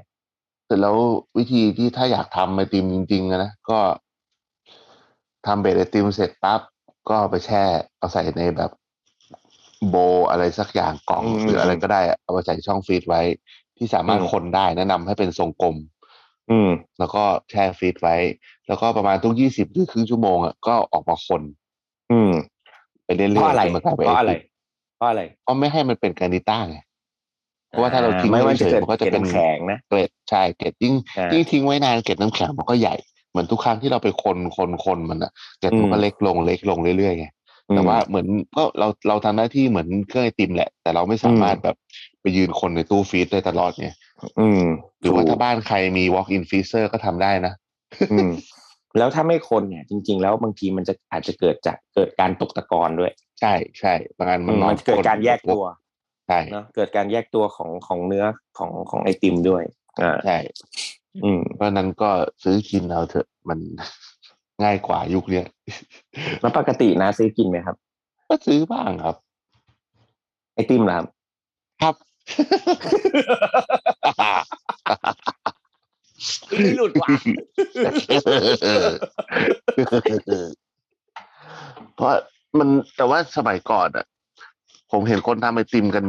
เสร็จแล้ววิธีที่ถ้าอยากทำไอติมจริงๆอะนะก็ทำเบรดไอติมเสร็จปั๊บก็เอาไปแช่เอาใส่ในแบบโบว์อะไรสักอย่างกล่อง
อืม
หรืออะไรก็ได้อะเอาไปใส่ช่องฟรีซไว้ ที่สามารถ
อืม
คนได้แนะนำให้เป็นทรงกลม
อืม
แล้วก็แช่ฟรีซไว้ แล้วก็ประมาณทุกยี่สิบหรือครึ่งชั่วโมงอ่ะก็ออกมาคน
อืม
ไปเรื่อยๆ
เพราะอะไร
จนมันกลายเป็น
เพราะอะไร
ไอติม
เพราะอะไร
เพราะไม่ให้มันเป็นการดิต้าไง เพราะว่าถ้าเราทิ้ง
ไม่
ไว้
ว่า
เฉ
จะ
ย
เกิด
มันก็จะ
เกล็ด
เป็น
น้ำแข็งนะ
เกล็ดใช่เกล็ดยิ่ง
อ่า
ยิ่งทิ้งไว้นานเกล็ดน้ำแข็งมันก็ใหญ่เหมือนทุกครั้งที่เราไปคนคนคนมันอะเกล็ดมันก็
อืม
เล็กลงเล็กลงเรื่อยๆไงแต่ว่าเหมือนก็เราเราทำหน้าที่เหมือนเครื่องไอติมแหละ แต่เราไม่สามารถแบบไปยืนคนในตู้ฟรีซได้ตลอดไง
อืม
หรือว่า
ถู
ถ้าก บ้านใครมี walk in freezer ก็ทำได้นะ
อืม แล้วถ้าไม่คนเนี่ย จริง ๆ แล้วบางทีมันจะอาจจะเกิดจากเกิดการตกตะกอนด้วย
ใช่ใช่บางอันมันนอน
มันเกิด
คน
การแยกตัว
ใช่
เนาะเกิดการแยกตัวของของเนื้อของของไอติมด้วย อ่า
ใช่
อืม
เพราะฉะนั้นก็ซื้อกินเอาเถอะมัน ง่ายกว่ายุคเนี้ย
แล้วปกตินะซื้อกินไหมครับ
ก็ซื้อบ้าง ครับ
ไอติมเหรอครับ
ครับ
ไม่หลุดว่ะ
เพราะมันแต่ว่าสมัยก่อนอ่ะ ผมเห็นคนทำไอติมกัน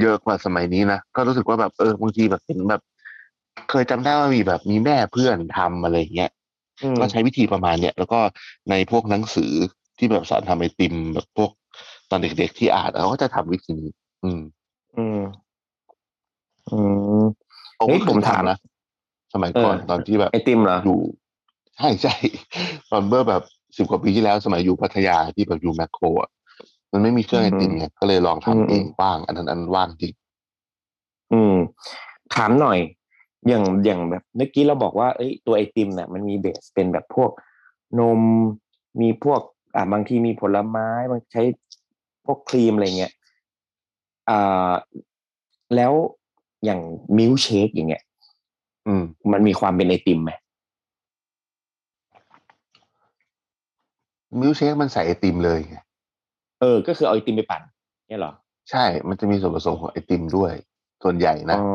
เยอะกว่าสมัยนี้นะ ก็รู้สึกว่าแบบเออบางทีแบบเห็นแบบ เคยจำได้ว่ามีแบบมีแม่เพื่อนทำอะไรอย่างเงี้ย ก็ใช้วิธีประมาณเนี้ยแล้วก็ในพวกหนังสือที่แบบสอนทำไอติมแบบพวกตอนเด็กๆที่อ่านเขาก็จะทำวิธีนี้ อืม
อืม อืม
ผม
เฮ้ย
ก็เค
ผม
ย
ถาม
ทำนะ สมัยก่อน
เออ
ตอนที่แบบ
ไอติมเหรอ
อยู่ ใช่ใช่ ตอนเมื่อแบบสิบกว่าปีที่แล้วสมัยอยู่พัทยาที่แบบอยู่แมคโครอ่ะมันไม่มีเครื่องไอติมไงก็เลยลองทำเองบ้าง อันนั้นอันว่างจริง
อืม ถามหน่อย อย่างอย่างแบบเมื่อกี้เราบอกว่าเอ้ยตัวไอติมเนี่ยมันมีเบสเป็นแบบพวกนมมีพวก อ่าบางทีมีผลไม้บางใช้พวกครีมอะไรเงี้ยอ่าแล้วอย่างมิลค์เชคอย่างเงี้ย
อืม
มันมีความเป็นไอติมไหม
มิลค์เชคมันใส่ไอติมเลยไง
เออ ก็คือเอาไอติมไปปั่นเนี่ยเหรอ
ใช่ มันจะมีส่วนผสมของไอติมด้วย ส่วนใหญ่นะ
อ๋อ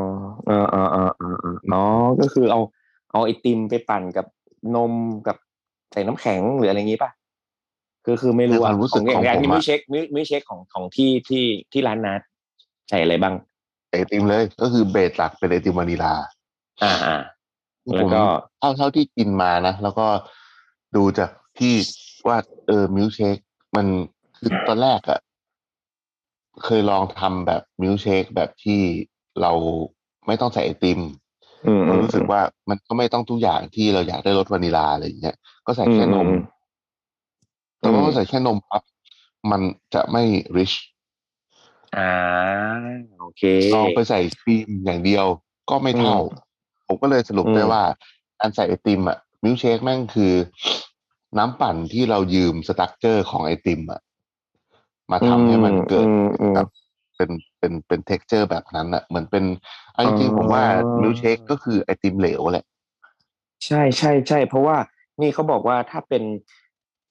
อ๋ออ๋ออ๋ออ๋ออ๋อก็คือเอา เอาไอติมไปปั่นกับนมกับใส่น้ำแข็งหรืออะไรอย่างงี้ป่ะ คือคือไม่
ใน
รู้
ค
อะ
วามรู้สึกของ
ย่า
ผ
น
มอะ
นี้ไม่เช็คไม่ไม่เช็คของของที่ที่ที่ร้านนัดใส่อะไรบ้าง
ไอติมเลย ก็คือเบสหลักเป็นไอติมวานิลา
อ่าอ่าแล้วก็
เท่าเท่าที่กินมานะ แล้วก็ดูจากที่ว่าเออมิลค์เชค มัน คือตอนแรกอะเคยลองทำแบบมิลค์เชคแบบที่เราไม่ต้องใส่ไอติม
อืม
เรารู้สึกว่ามันก็ไม่ต้องทุกอย่างที่เราอยากได้รสวานิลลาอะไรอย่างเงี้ยก็ใส่แค่นม
อื
แต่ว่า
อืม
พอใส่แค่นมปั๊บมันจะไม่ rich
อ่าโอเค
ลองไปใส่ครีมอย่างเดียวก็ไม่เท่า
อืม
ผมก็เลยสรุป
อืม
ได้ว่าการใส่ไอติมอะมิลเชคแม่งคือ น้ำปั่นที่เรายืมสตรั๊กเจอร์ของไอติมอะมาทำให้มันเกิด
อืมอืม
แบบเป็นเป็นเป็นเท็กเจอร์แบบนั้นอะเหมือนเป็นเอาจริงๆ
อ๋อ
ผมว่ามิลเชคก็คือไอติมเหลวแหละ
ใช่ใช่ใช่เพราะว่านี่เขาบอกว่าถ้าเป็น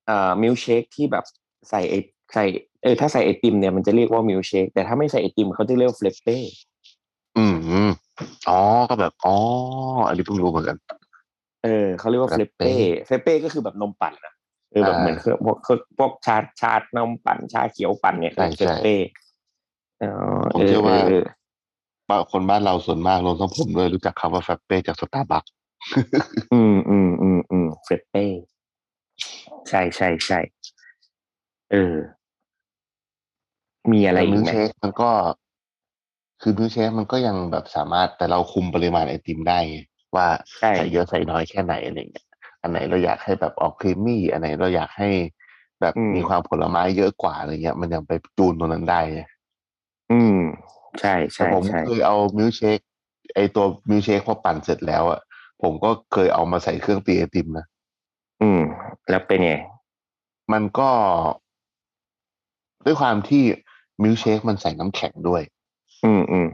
เอ่อมิลเชคที่แบบใส่ไอใส่เออถ้าใส่ไอติมเนี่ยมันจะเรียกว่ามิลเชคแต่ถ้าไม่ใส่ไอติมเขาจะเรียกเฟลเป้
อืมอ๋อก็แบบอ๋ออันนี้เพิ่งรู้เหมือนกัน
เออเขาเรียกว่าเฟลเป้
Frappe
เฟลเป้ก็คือแบบนมปั่นนะเออแบบเหมือนเครื่องพวกพวกชาชานมปั่นชาเขียวปั่นเนี่ย
ใช่
เฟล
ใช่
เป้อ๋อ
ผมเชื่อว่า
เออ
บ้านคนบ้านเราส่วนมากรวมทั้งผมด้วยรู้จักคำว่าแฟปเป้จากสตาร์บัค
อืมอืมอืมอืมเฟรเป้ใช่ใช่ใช่เออ มีอะไร
แต่
อี
มิ
ก
ล
ไหม
เชคมันก็ คือมิลเชคมันก็ยังแบบสามารถแต่เราคุมปริมาณไอติมได้ไงว่า
ใช่
ใส่เยอะใส่น้อยแค่ไหนอะไรอย่างเงี้ยอันไหนเราอยากให้แบบออกครีมมี่ อันไหนเราอยากให้แบบมีความผลไม้เยอะกว่าอะไรเงี้ย มันยังไปจูนตรงนั้นได้ไง
อืม ใช่
แต่
ใช่
ผม
ใช่
เคยเอามิลค์เชคไอตัวมิลค์เชคพอปั่นเสร็จแล้วอ่ะผมก็เคยเอามาใส่เครื่องตีไอติมนะ
อืม แล้วเป็นไง
มันก็ด้วยความที่มิลค์เชคมันใส่น้ำแข็งด้วย
อืมอืม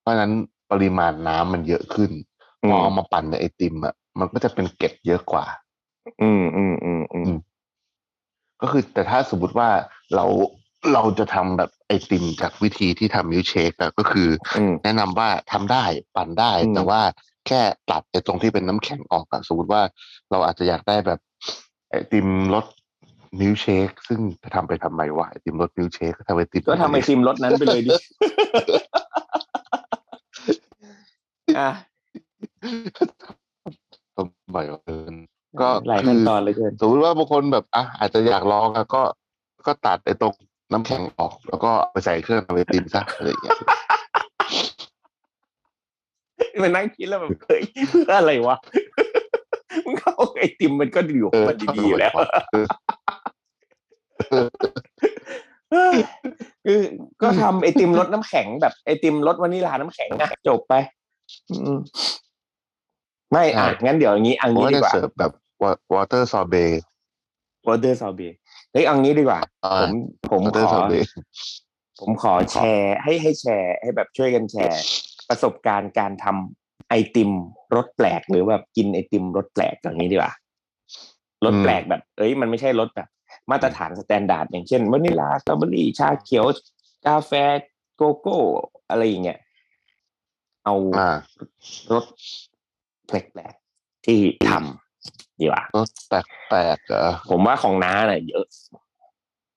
เพราะฉะนั้นปริมาณน้ำมันเยอะขึ้น
อื
พอ
ม
เอามาปั่นในไอติมอ่ะมันก็จะเป็นเกล็ดเยอะกว่า
อืมอืมอืมอืม
ก็คือ แต่ถ้าสมมติว่าเราเราจะทำแบบไอติมจากวิธีที่ทำมิลค์เชคอะก็คือ
อืม
แนะนำว่าทำได้ปั่นได้
อืม
แต่ว่าแค่ตัดไอ้ตรงที่เป็นน้ำแข็งออกอะสมมติว่าเราอาจจะอยากได้แบบไอติมรสมิลค์เชคซึ่งทำไปทำไมวะไอติมรสมิลค์เชคก็ทำไอติม
ก็ทำไอติมรสนั้นไปเลยดิ อ่ะ
ทำไมวะเออก็
หลายขั้นตอนเหลยเกิน
สมมติว่าบางคนแบบอ่ะอาจจะอยากลองอะก็ก็ตัดไอตรงน้ำแข็งออก แล้วก็เอาไปใส่เครื่องทำไอติมซะอะไรอย่างเงี้ย
มันนั่งคิดแล้วแบบเฮ้ยเพื่ออะไรวะ มึงเข้าไอติมมันก็ดีอยู่ มันดีๆอยู่แล้ว เอ้ยคือก็ทำไอติมรสน้ำแข็งแบบไอติมรสวานิลาน้ำแข็งนะจบไป อืมไม่อ่ะ
ใช่
งั้นเดี๋ยวอย่างนี้เอา
ผม
งี้
ก็
ดี
จะ
กว่า
เสิร์ฟแบบวอเตอร์ซอเบต์
วอเตอร์ซอเบเฮ้ยเอางี้ดีกว่า ผมผม
วอ
ข
เตอร์ซ
อ
อเบต์
ผมขอแชร์ให้ให้แชร์ ให้แบบช่วยกันแชร์ ประสบการณ์การทำไอติมรสแปลกหรือแบบกินไอติมรสแปลกอย่างนี้ดีกว่ารสแปลกแบบ เอ้ยมันไม่ใช่รสแบบ มาตรฐานสแตนดาร์ดอย่างเช่นวานิลาสตรอเบอรี่ชาเขียว กาแฟโกโก้อะไรอย่างเงี้ยเอา
อ่าร
สแปลกๆที่ทำดีกว่า
รสแปลกๆเหรอ
ผมว่าของน้าน่ะเยอะ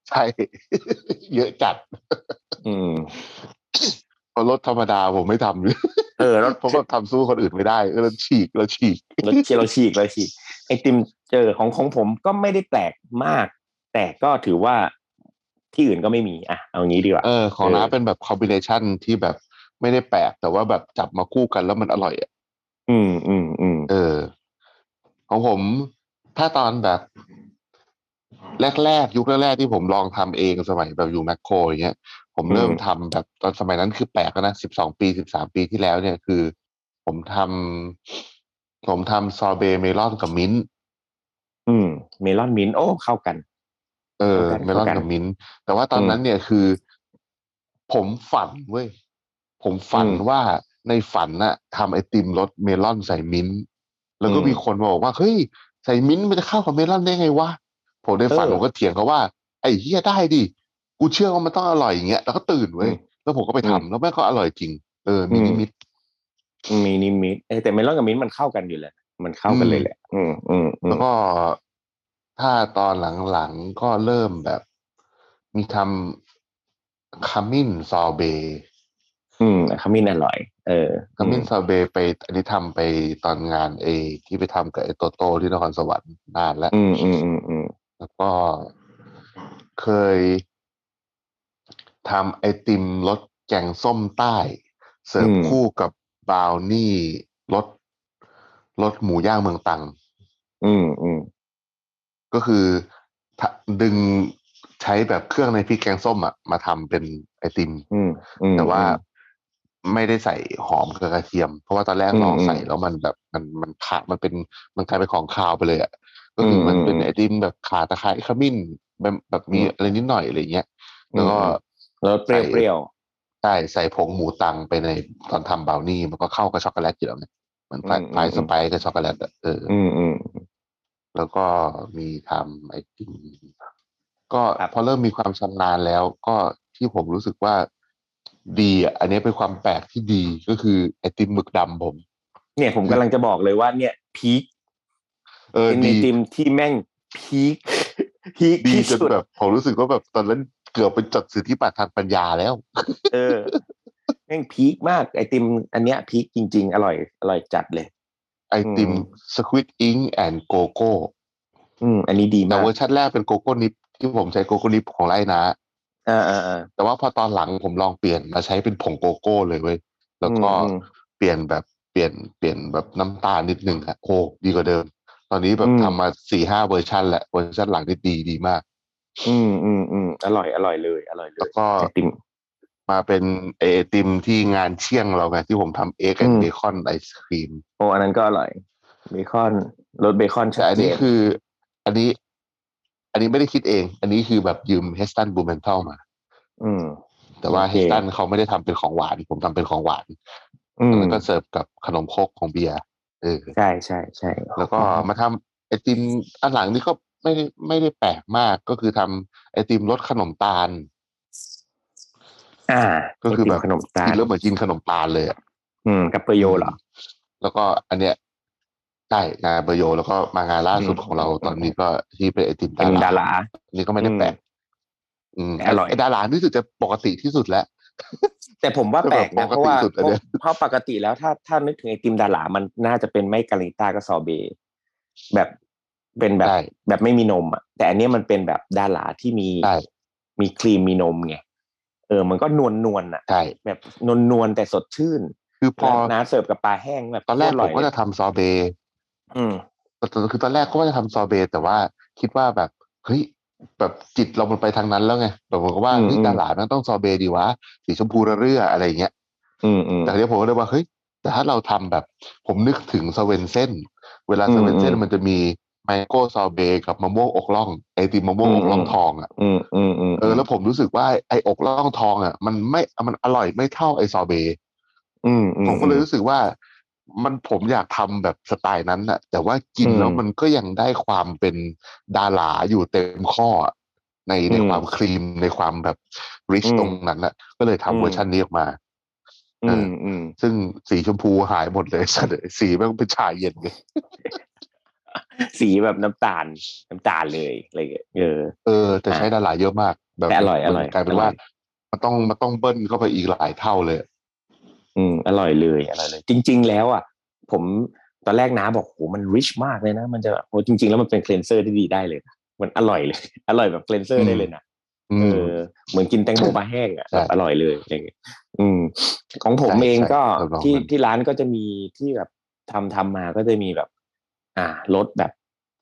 ใช่ เยอะจัด
อืม
เพราะรถธรรมดาผมไม่ทำเลย
เออรส
เพราะว่าทำสู้คนอื่นไม่ได้เออเราฉีกเราฉีก
เราฉีกเราฉีกเราฉีกไอติมเจอของของผมก็ไม่ได้แปลกมาก แต่ก็ถือว่าที่อื่นก็ไม่มีอ่ะเอางี้ดีกว่า
เออ ของน้า
เออ
เป็นแบบคอมบิเนชันที่แบบไม่ได้แปลก แต่ว่าแบบจับมาคู่กันแล้วมันอร่อยอะ
อืมอืมอืม
เออ ของผมถ้าตอนแบบ แรกๆ ยุคแรกๆที่ผมลองทำเองสมัยแบบอยู่แมคโครอย่างเงี้ยผมเริ่มทำแบบตอนสมัยนั้นคือแปลกแล้วนะสิบสองปีสิบสามปีที่แล้วเนี่ยคือ ผมทำผมทำซอเบต์เมลอนกับมิ้นท์
อืมเมลอนมิ้นท์โอ้เข้ากัน
เออ
เข้ากัน
เมลอน
เข้ากัน
กับมิ้นท์แต่ว่าตอน
อืม
นั้นเนี่ยคือ ผมฝันเว้ย ผมฝัน
อืม
ว่าในฝันน่ะทำไอติมรสเมลอนใส่มิ้นท์แล้วก็
อืม
มีคนมาบอกว่าเฮ้ยใส่มิ้นท์มันจะเข้ากับเมลอนได้ไงวะผมในฝัน
เออ
ผมก็เถียงเขาว่าไอ้เฮียได้ดิกูเชื่อว่ามันต้องอร่อยอย่างเงี้ยแล้วก็ตื่นเว้ย
อืม
แล้วผมก็ไปทำ
อืม
แล้วแม่งก็อร่อยจริงเออมี
อืม
นิมิต
มีนิมิตเอ้ยแต่เมลอนกับมิ้นท์มันเข้ากันอยู่แหละมันเข้ากันเลยแหละ อืมอืมอืม
แล้วก็ถ้าตอนหลังๆก็เริ่มแบบ มีทำขมิ้นซอเบต์
อืมขมิ้นอร่อย เออ
ขมิ้นซาเบย์ไปอันนี้ทำไปตอนงานเอที่ไปทำกับไอโตโต้ที่นครสวรรค์นานแล้ว
อืมอืมอืมอืม
แล้วก็เคย ทำไอติมรสแกงส้มใต้ เสิร์ฟ
อืม
คู่กับบราวนี่รสรสหมูย่างเมืองตัง
อืมอืม
ก็คือถ้าดึงใช้แบบเครื่องในพริกแกงส้มอะมาทำเป็นไอติม
อืมอืม
แต่ว่าไม่ได้ใส่หอมกับกระเทียม เพราะว่าตอนแรก
อืม
ลองใส่
อืม
แล้วมันแบบมันมันขาดมันเป็นมันกลายเป็นของคาวไปเลยอ่ะก็คืออ
ม
มันเป็น
อืม
ไอติมแบบขาตะไคร้ขมิ้นแบบแบบมี
อืม
อะไรนิดหน่อยอะไรเงี้ยแล้วก็
แล้วเปรี้ยว
ใส่
เปรี้ยว
ใช่ใส่ผงหมูตังไปในตอนทำบราวนี่มันก็เข้ากับช็อกโกแลตอยู่แล้วเนี่ยเหมือนพายสไปซ์กับช็อกโกแลตอะเอออ
อืมอืม
แล้วก็มีทำไอติมก็
ครับ
พอเริ่มมีความชำนาญแล้ว ก็ที่ผมรู้สึกว่าดีอ่ะอันนี้เป็นความแปลกที่ดีก็คือไอติมหมึกดำผม
เนี่ยผมกำลังจะบอกเลยว่าเนี่ยพีค
เออ
เป็นไอ
ดี
ติมที่แม่งพีค พีค
ดี
ที่
จน
สุด
แบบผมรู้สึกว่าแบบตอนนั้นเกือบเป็นจดสิทธิบัตรทางปัญญาแล้ว
เออแม่งพีคมากไอติม อันเนี้ยพีคจริง ๆ อร่อยอร่อยจัดเลย
ไอติม
อืม
สควิตอิงแอนโกโก้
อืม อันนี้ดี
แต่
มาก
เวอร์ชันแรกเป็นโกโก้นิปที่ผมใช้โกโก้นิปของไร่นะ
อ่าอ่าอ่า
แต่ว่าพอตอนหลังผมลองเปลี่ยนมาใช้เป็นผงโกโก้เลยเว้ยแล้วก็
อืมอืม
เปลี่ยนแบบเปลี่ยนเปลี่ยนแบบน้ำตาลนิดนึงฮะโอ้ดีกว่าเดิม ตอนนี้แบบ
อืม
ทำมาสี่ห้าเวอร์ชันแหละเวอร์ชันหลังนี่ดีดีมาก
อืมอืมอืมอร่อยอร่อยเลย อร่อยเล
แล้ว
ย
ก็
ไอติม
มาเป็นไอติมที่งานเชี่ยงเราไงที่ผมทำเอ็กแอน
อืม
เบคอนไอศครีม
โอ้อันนั้นก็อร่อยเบคอนรสเบคอนชั
แต่
ด
อัน
เจ
นี้
น
คืออันนี้ อันนี้ไม่ได้คิดเอง อันนี้คือแบบยืมเฮสตันบูเมนทัลมา
อืม
แต่ว่า
โอ
เฮ
เค
สตันเขาไม่ได้ทำเป็นของหวาน ผมทำเป็นของหวาน
อืม
แล้วก็เสิร์ฟกับขนมครกของเบียร์เออ
ใช่ใช่ใช่
แล้วก็มาทำไอติมอันหลังนี่ก็ไม่ได้ไม่ได้แปลกมากก็คือทำไอติมรสขนมตาล
อ่า
ก็คือแบบ
ไติมขนมตา
กิ
ล
นแล้วเหมือนกินขนมตาลเลยอะ
อืมกับเปอร์โยเหรอ
แล้วก็อันเนี้ยใช่งานประโยชน์แล้วก็มางานล่าสุด
อืม
ของเราตอนนี้ก็ที่เป็นไอติม
เป็
ดานรา
ดารา
อันนี่ก็ไม่ได้แปลกอืม
แต่อร่อย
ไไดารานี่รู้สึกจะปกติที่สุดแล้ว
แต่ผมว่าแปลกนะ
ป
เพ
ก
ราะ
ติ
ว่า
สุดอันเนี้ย
เพราะปกติแล้วถ้าถ้านึกถึงไอติมดารามันน่าจะเป็นไม่กาลิต้าก็ซอเบต์แบบเป็นแบบ
ใช่
แบบไม่มีนมอ่ะแต่อันเนี้ยมันเป็นแบบดาราที่มี
ใช่
มีครีมมีนมไงเออ มันก็นวลนวลๆอ่ะ
ใช่
แบบนวลนวลๆแต่สดชื่น
คือพอ
แล้วน้ำเสิร์ฟกับปลาแห้งแบบ
ตอนแรกผ
โคร่
ม
ย
ก็
เลย
จะทำซอเบต์
อืม
คือตอนแรกก็ว่าจะทำซอเบต์แต่ว่าคิดว่าแบบเฮ้ยแบบจิตเรามันไปทางนั้นแล้วไงแบบผมก็ว่า
อืม
เฮ้ย
อืม
ตลาดมันต้องซอเบต์ดีวะสีชมพูระเรื่ออะไรอย่างเงี้ย
อืมอืม
แต่ทีนี้ผมก็เลยว่าเฮ้ยแต่ถ้าเราทำแบบ ผมนึกถึงสเวนเซนเวลาสเวนเซน
อืมอืม
มันจะมีไมโก้ซอเบต์กับมะม่วงอกล่องไอติมมะม่วงอกล่อง
อืม
ทองอ่ะ
อืมอืมอืม
เออแล้วผมรู้สึกว่าไออกล่องทองอ่ะมันไม่มันอร่อยไม่เท่าไอซอเบต์
อืมอืม
ผมก็เลยรู้สึกว่ามันผมอยากทำแบบสไตล์นั้นน่ะ แต่ว่ากิน
อืม
แล้วมันก็ยังได้ความเป็นดาราอยู่เต็มข้ออะในใน
อืม
ความครีมในความแบบริช
อืม
ตรงนั้นน่ะ ก็เลย
อืม
ทำเวอร์ชันนี้ออกมา
อืมอืม
ซึ่งสีชมพูหายหมดเลย สีแมันเป็นชาเย็นเลย
สีแบบน้ำตาลน้ำตาลเลยอะไรอย่างเงี้ยเออ
เออ แต่ใช้ดาราเยอะมาก แบบ
แต่อร่อยอร่อย
มันกลายเป็น
อร่อย
ว่า มันต้องมันต้องเบิ้ลเข้าไปอีกหลายเท่าเลย
อืมอร่อยเลยอร่อยเลย จริง ๆ แล้วอ่ะผมตอนแรกน้าบอกโหมันริชมากเลยนะ มันจะแบบโหจริง ๆ แล้วมันเป็นเคลนเซอร์ที่ดีได้เลยนะมันอร่อย เลย อร่อยแบบเคลนเซอร์ได้เลยนะ
อื
เอ
ม
อเหมือนกินแตงโมปลาแห้งอ่ะ
ใช่
แบบอร่อยเลยอะไรอย่างเงี้ยอืม ของผม
ใช่
เอง
ใช่
ก็
ทดลอง
ที่
มัน
ที่ร้านก็จะมีที่แบบทำทำมาก็จะมีแบบ อ่ารสแบบ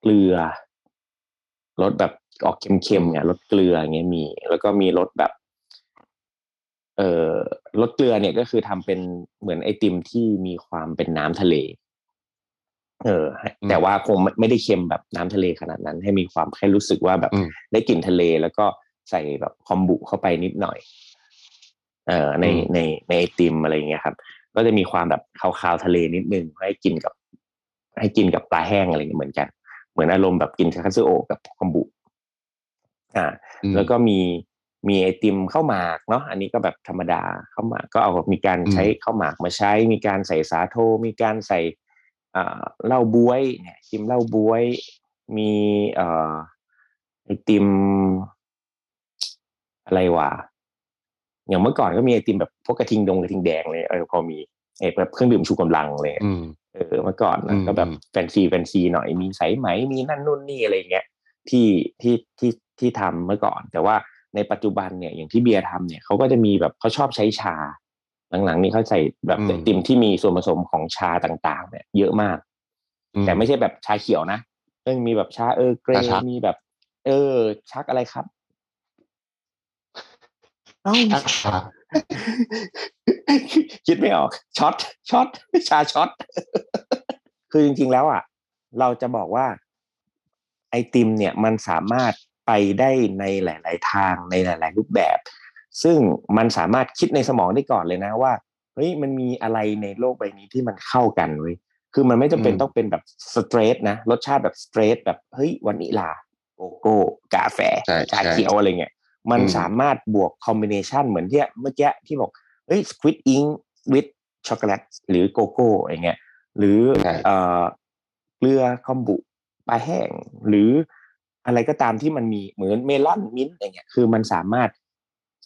เกลือรสแบบออกเค็มๆเนี่ยรสเกลืออย่างเงี้ยมี แล้วก็มีรสแบบ เอ่อรสเกลือเนี่ยก็คือทำเป็นเหมือนไอติมที่มีความเป็นน้ำทะเล เออ
อืม
แต่ว่าคงไม่ไม่ได้เค็มแบบน้ำทะเลขนาดนั้น ให้มีความแค่รู้สึกว่าแบบ
อืม
ได้กลิ่นทะเล แล้วก็ใส่แบบคอมบุเข้าไปนิดหน่อย เอ่อใน
อืม
ในในไอติมอะไรอย่างเงี้ยครับ ก็จะมีความแบบคาวๆทะเลนิดนึงให้กินกับ ให้กินกับปลาแห้งอะไรอย่างเงี้ยเหมือนกัน เหมือนอารมณ์แบบกินคาซึโอะกับคอมบุ อ่า
อืม
แล้วก็มีมีไอติมข้าวหมากเนาะอันนี้ก็แบบธรรมดาข้าวหมากก็เอามีการ
อืม
ใช้ข้าวหมากมาใช้ มีการใส่สาโท มีการใส่อ่าเหล้าบ้วยเนี่ยไอติมเหล้าบ้วย มีเอ่อไอติม อะไรวะอย่างเมื่อก่อนก็มีไอติมแบบพวกกระทิงดงกระทิงแดงเลยเออพอมีไอแบบเครื่องดื่มชูกำลังเลย
อืม
เออเมื่อก่อนนะ
อืม
ก็แบบ
อืม
แฟนซีแฟนซีหน่อยมีสายไหมมีนั่นนู่นนี่อะไรอย่างเงี้ยที่ที่ที่ที่ทำเมื่อก่อน แต่ว่า ในปัจจุบันเนี่ยอย่างที่เบียร์ทำเนี่ยเขาก็จะมีแบบเขาชอบใช้ชา หลังๆนี่เขาใส่แบบ
อืม
ไอติมที่มีส่วนผสมของชาต่างๆ เนี่ย เยอะมาก
อื
แต่ไม่ใช่แบบชาเขียวนะเออมีแบบชาเออร์เกร
ชาชัก
มีแบบ เออ ชักอะไรครับ เอ้า
ชักชา
คิดไม่ออกช็อตช็อตชาช็อต คือจริงๆแล้วอ่ะ เราจะบอกว่า ไอติมเนี่ยมันสามารถไปได้ในหลาย ๆ ทางในหลาย ๆ รูปแบบ ซึ่งมันสามารถคิดในสมองได้ก่อนเลยนะว่าเฮ้ยมันมีอะไรในโลกใบนี้ที่มันเข้ากันเว้ยคือมันไม่จำเป็นต้องเป็นแบบสเตรทนะรสชาติแบบสเตรทแบบเฮ้ยวานิลาโกโก้กาแฟ
ใช่
ชา
ใช่
เขียวอะไรเงี้ย มัน
อืม
สามารถบวกคอมบิเนชันเหมือนที่เมื่อกี้ที่บอกเอ้ยสควิตอิงวิดช็อกโกแลตหรือโกโก้อะไรเงี้ย หรือ
ใช่
เอ่อเกลือคอมบุปลาแห้ง หรืออะไรก็ตามที่มันมีเหมือนเมลอนมิ้นท์อะไรเงี้ย คือมันสามารถ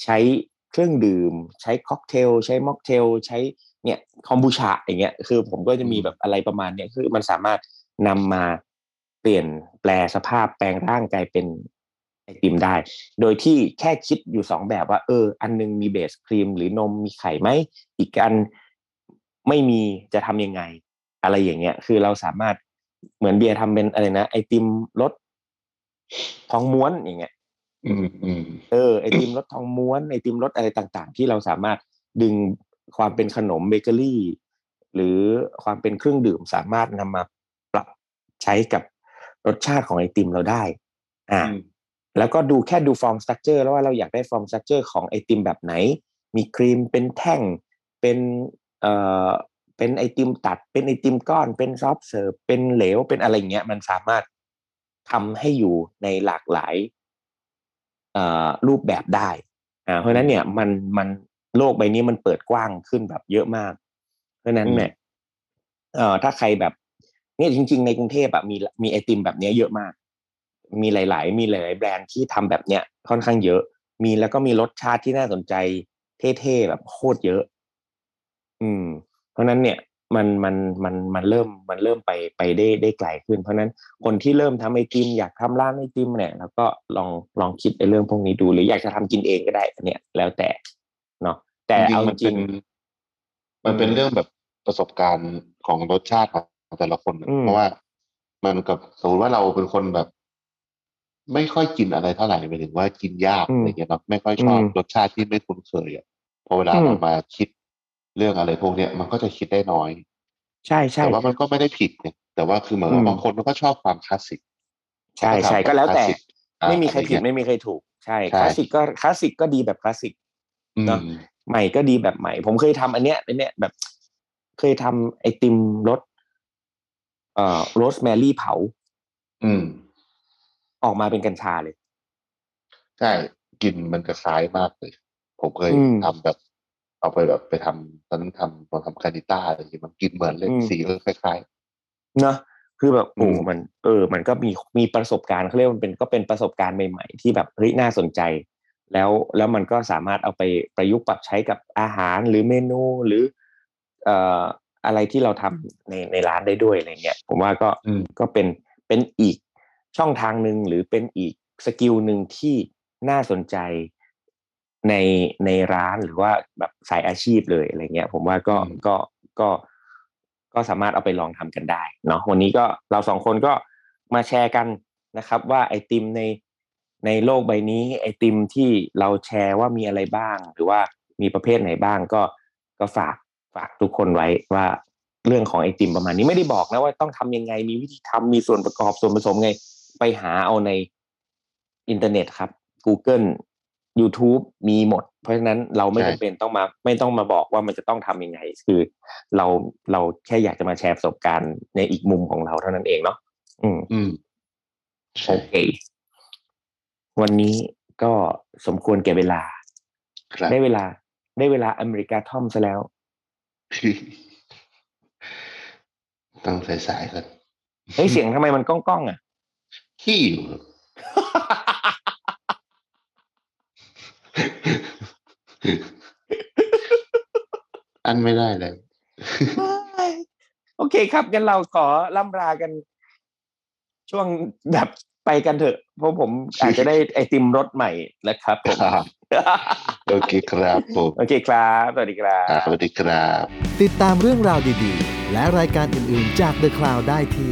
ใช้เครื่องดื่ม ใช้ค็อกเทล ใช้ม็อกเทล ใช้เนี่ยคอมบูชาอย่างเงี้ย คือผมก็จะมีแบบอะไรประมาณเนี้ยคือมันสามารถนำมาเปลี่ยนแปลสภาพแปลงร่างกลายเป็นไอติมได้ โดยที่แค่คิดอยู่สองแบบว่า เออ อันหนึงมีเบสครีม หรือนมมีไข่ไหม อีกอันไม่มีจะทำยังไง อะไรอย่างเงี้ย คือเราสามารถเหมือนเบียร์ทำเป็นอะไรนะ ไอติมรสทองม้วนอย่างเงี้ย
อืมอืม
เออไอติมรสทองม้วนไอติมรสอะไรต่างๆ ที่เราสามารถดึงความเป็นขนมเบเกอรี่ หรือความเป็นเครื่องดื่มสามารถนำมาปรับใช้กับรสชาติของไอติมเราได้ อ่า
อืม
แล้วก็ดูแค่ดูฟอร์มสต r ั c เจอร์แล้วว่าเราอยากได้ฟอร์มสต r ั c เจอร์ของไอติมแบบไหน มีครีมเป็นแท่งเป็นเอ่อเป็นไอติมตัด เป็นไอติมก้อน เป็นซอฟต์เสิร์ฟเป็นเหลวเป็นอะไรอย่างเงี้ย มันสามารถทำให้อยู่ในหลากหลาย เอ่อรูปแบบได้อ่าเพราะฉะนั้นเนี่ยมันมันโลกใบนี้มันเปิดกว้างขึ้นแบบเยอะมาก เพราะฉะนั้นเนี่ยเอ่อถ้าใครแบบเนี่ยจริง ๆ ในกรุงเทพอะมีมีไอติมแบบเนี้ยเยอะมาก มีหลาย ๆ มีหลาย ๆ แบรนด์ที่ทำแบบเนี้ยค่อนข้างเยอะ มีแล้วก็มีรสชาติที่น่าสนใจเท่ๆแบบโคตรเยอะ อืม เพราะฉะนั้นเนี่ยมันมันมันมันเริ่มมันเริ่มไปไปได้ได้ไกลขึ้น เพราะฉะนั้นคนที่เริ่มทำไอติมอยากทำร้านไอติมเนี่ยแล้วก็ลองลองคิดในเรื่องพวกนี้ดูหรืออยากจะทำกินเองก็ได้อันเนี่ยแล้วแต่เนาะแต่เอาจ
มันเป็
ริ
น
ง
มันเป็นเรื่องแบบประสบการณ์ของรสชาติของแต่ละคนนะ
อืม
เพราะว่ามันกับสมมติว่าเราเป็นคนแบบ ไม่ค่อยกินอะไรเท่าไหร่หมายถึงว่ากินยากอะไรเงี้ยเราไม่ค่อยชอบ
อืม
รสชาติที่ไม่คุ้นเคยอ่ะพอเวลา
อืม
เรามาคิดเรื่องอะไรพวกเนี้ยมันก็จะคิดได้น้อย
ใช่ใช่
แต่ว่ามันก็ไม่ได้ผิดเนี่ยแต่ว่าคือเหมือนกับ
อืม
บางคนมันก็ชอบความคลาสสิก
ใช่ใช่
ก็ทำ
ก็แล้ว
ค
แต่
ลาสสิกอ่ะ
ไม่มีใครผิด
อะไรเงี้ย
ไม่มีใครถูกใช่
ใช่
คลาสสิกก็คลาสสิกก็ดีแบบคลาสสิก
อืม
เนอะ ใหม่ก็ดีแบบใหม่ ผมเคยทำอันเนี้ยอันเนี้ยแบบ เคยทำไอติมรสเอ่อโรสแมรี่เผา
อืม
ออกมาเป็นกัญชาเลย
ใช่กลิ่นมันจะคล้ายมากเลย ผมเคย
อืม
ทำแบบ เอาไปแบบไปทำตอนนั้นทำตอนทำคานิต้าอะไรอย่างเงี้ยมันกลิ่นเหมือนเลย
อืม
สีก็คล้าย
เนอะคือแบบโอ้
อืม
มัน เออ มันก็มีมีประสบการณ์เขาเรียกว่ามันเป็นก็เป็นประสบการณ์ใหม่ๆ ที่แบบเฮ้ยน่าสนใจ แล้วแล้วมันก็สามารถเอาไปประยุกต์ปรับใช้กับอาหารหรือเมนูหรือ เอ่ออะไรที่เราทำในในร้านได้ด้วยอะไรเงี้ยผมว่าก็
อืม
ก็เป็นเป็นอีกช่องทางหนึ่งหรือเป็นอีกสกิลหนึ่งที่น่าสนใจในในร้านหรือว่าแบบสายอาชีพเลยอะไรเงี้ย ผมว่าก็ก็ก็ก็สามารถเอาไปลองทำกันได้เนาะวันนี้ก็เราสองคนก็มาแชร์กันนะครับ ว่าไอติมในในโลกใบนี้ ไอติมที่เราแชร์ว่ามีอะไรบ้าง หรือว่ามีประเภทไหนบ้างก็ก็ฝากฝากทุกคนไว้ว่าเรื่องของไอติมประมาณนี้ไม่ได้บอกนะว่าต้องทำยังไงมีวิธีทำมีส่วนประกอบส่วนผสมไง ไปหาเอาในอินเทอร์เน็ตครับ Google YouTube มีหมด เพราะฉะนั้นเราไม่
ใช่
จำเป็นต้องมา ไม่ต้องมาบอกว่ามันจะต้องทำยังไง คือ เราเราแค่อยากจะมาแชร์ประสบการณ์ในอีกมุมของเราเท่านั้นเองเนาะอืม
ๆ อืม
โอ
ใช่
เค วันนี้ก็สมควรแก่เวลา
ครับ
ได้เวลา ได้เวลาอเมริกาทอมซะ แล้ว
ต้องสายๆก่อน
เฮ้ย เสียงทำไมมันก้องก้อง ๆอ่ะ
ขี้อยู่ ครับ อันไม่ได้เลย
โอเคครับงั้นเราขอล่ำลากัน ช่วงแบบไปกันเถอะ เพราะผมอาจจะได้ไอติมรสใหม่นะครับผม
ครับ โอเคครับผม
โอเคครับสวัสดีครั
อ่า
บ
สวัสดีครับ
ติดตามเรื่องราวดีๆ และรายการอื่นๆจาก The Cloud ได้ที่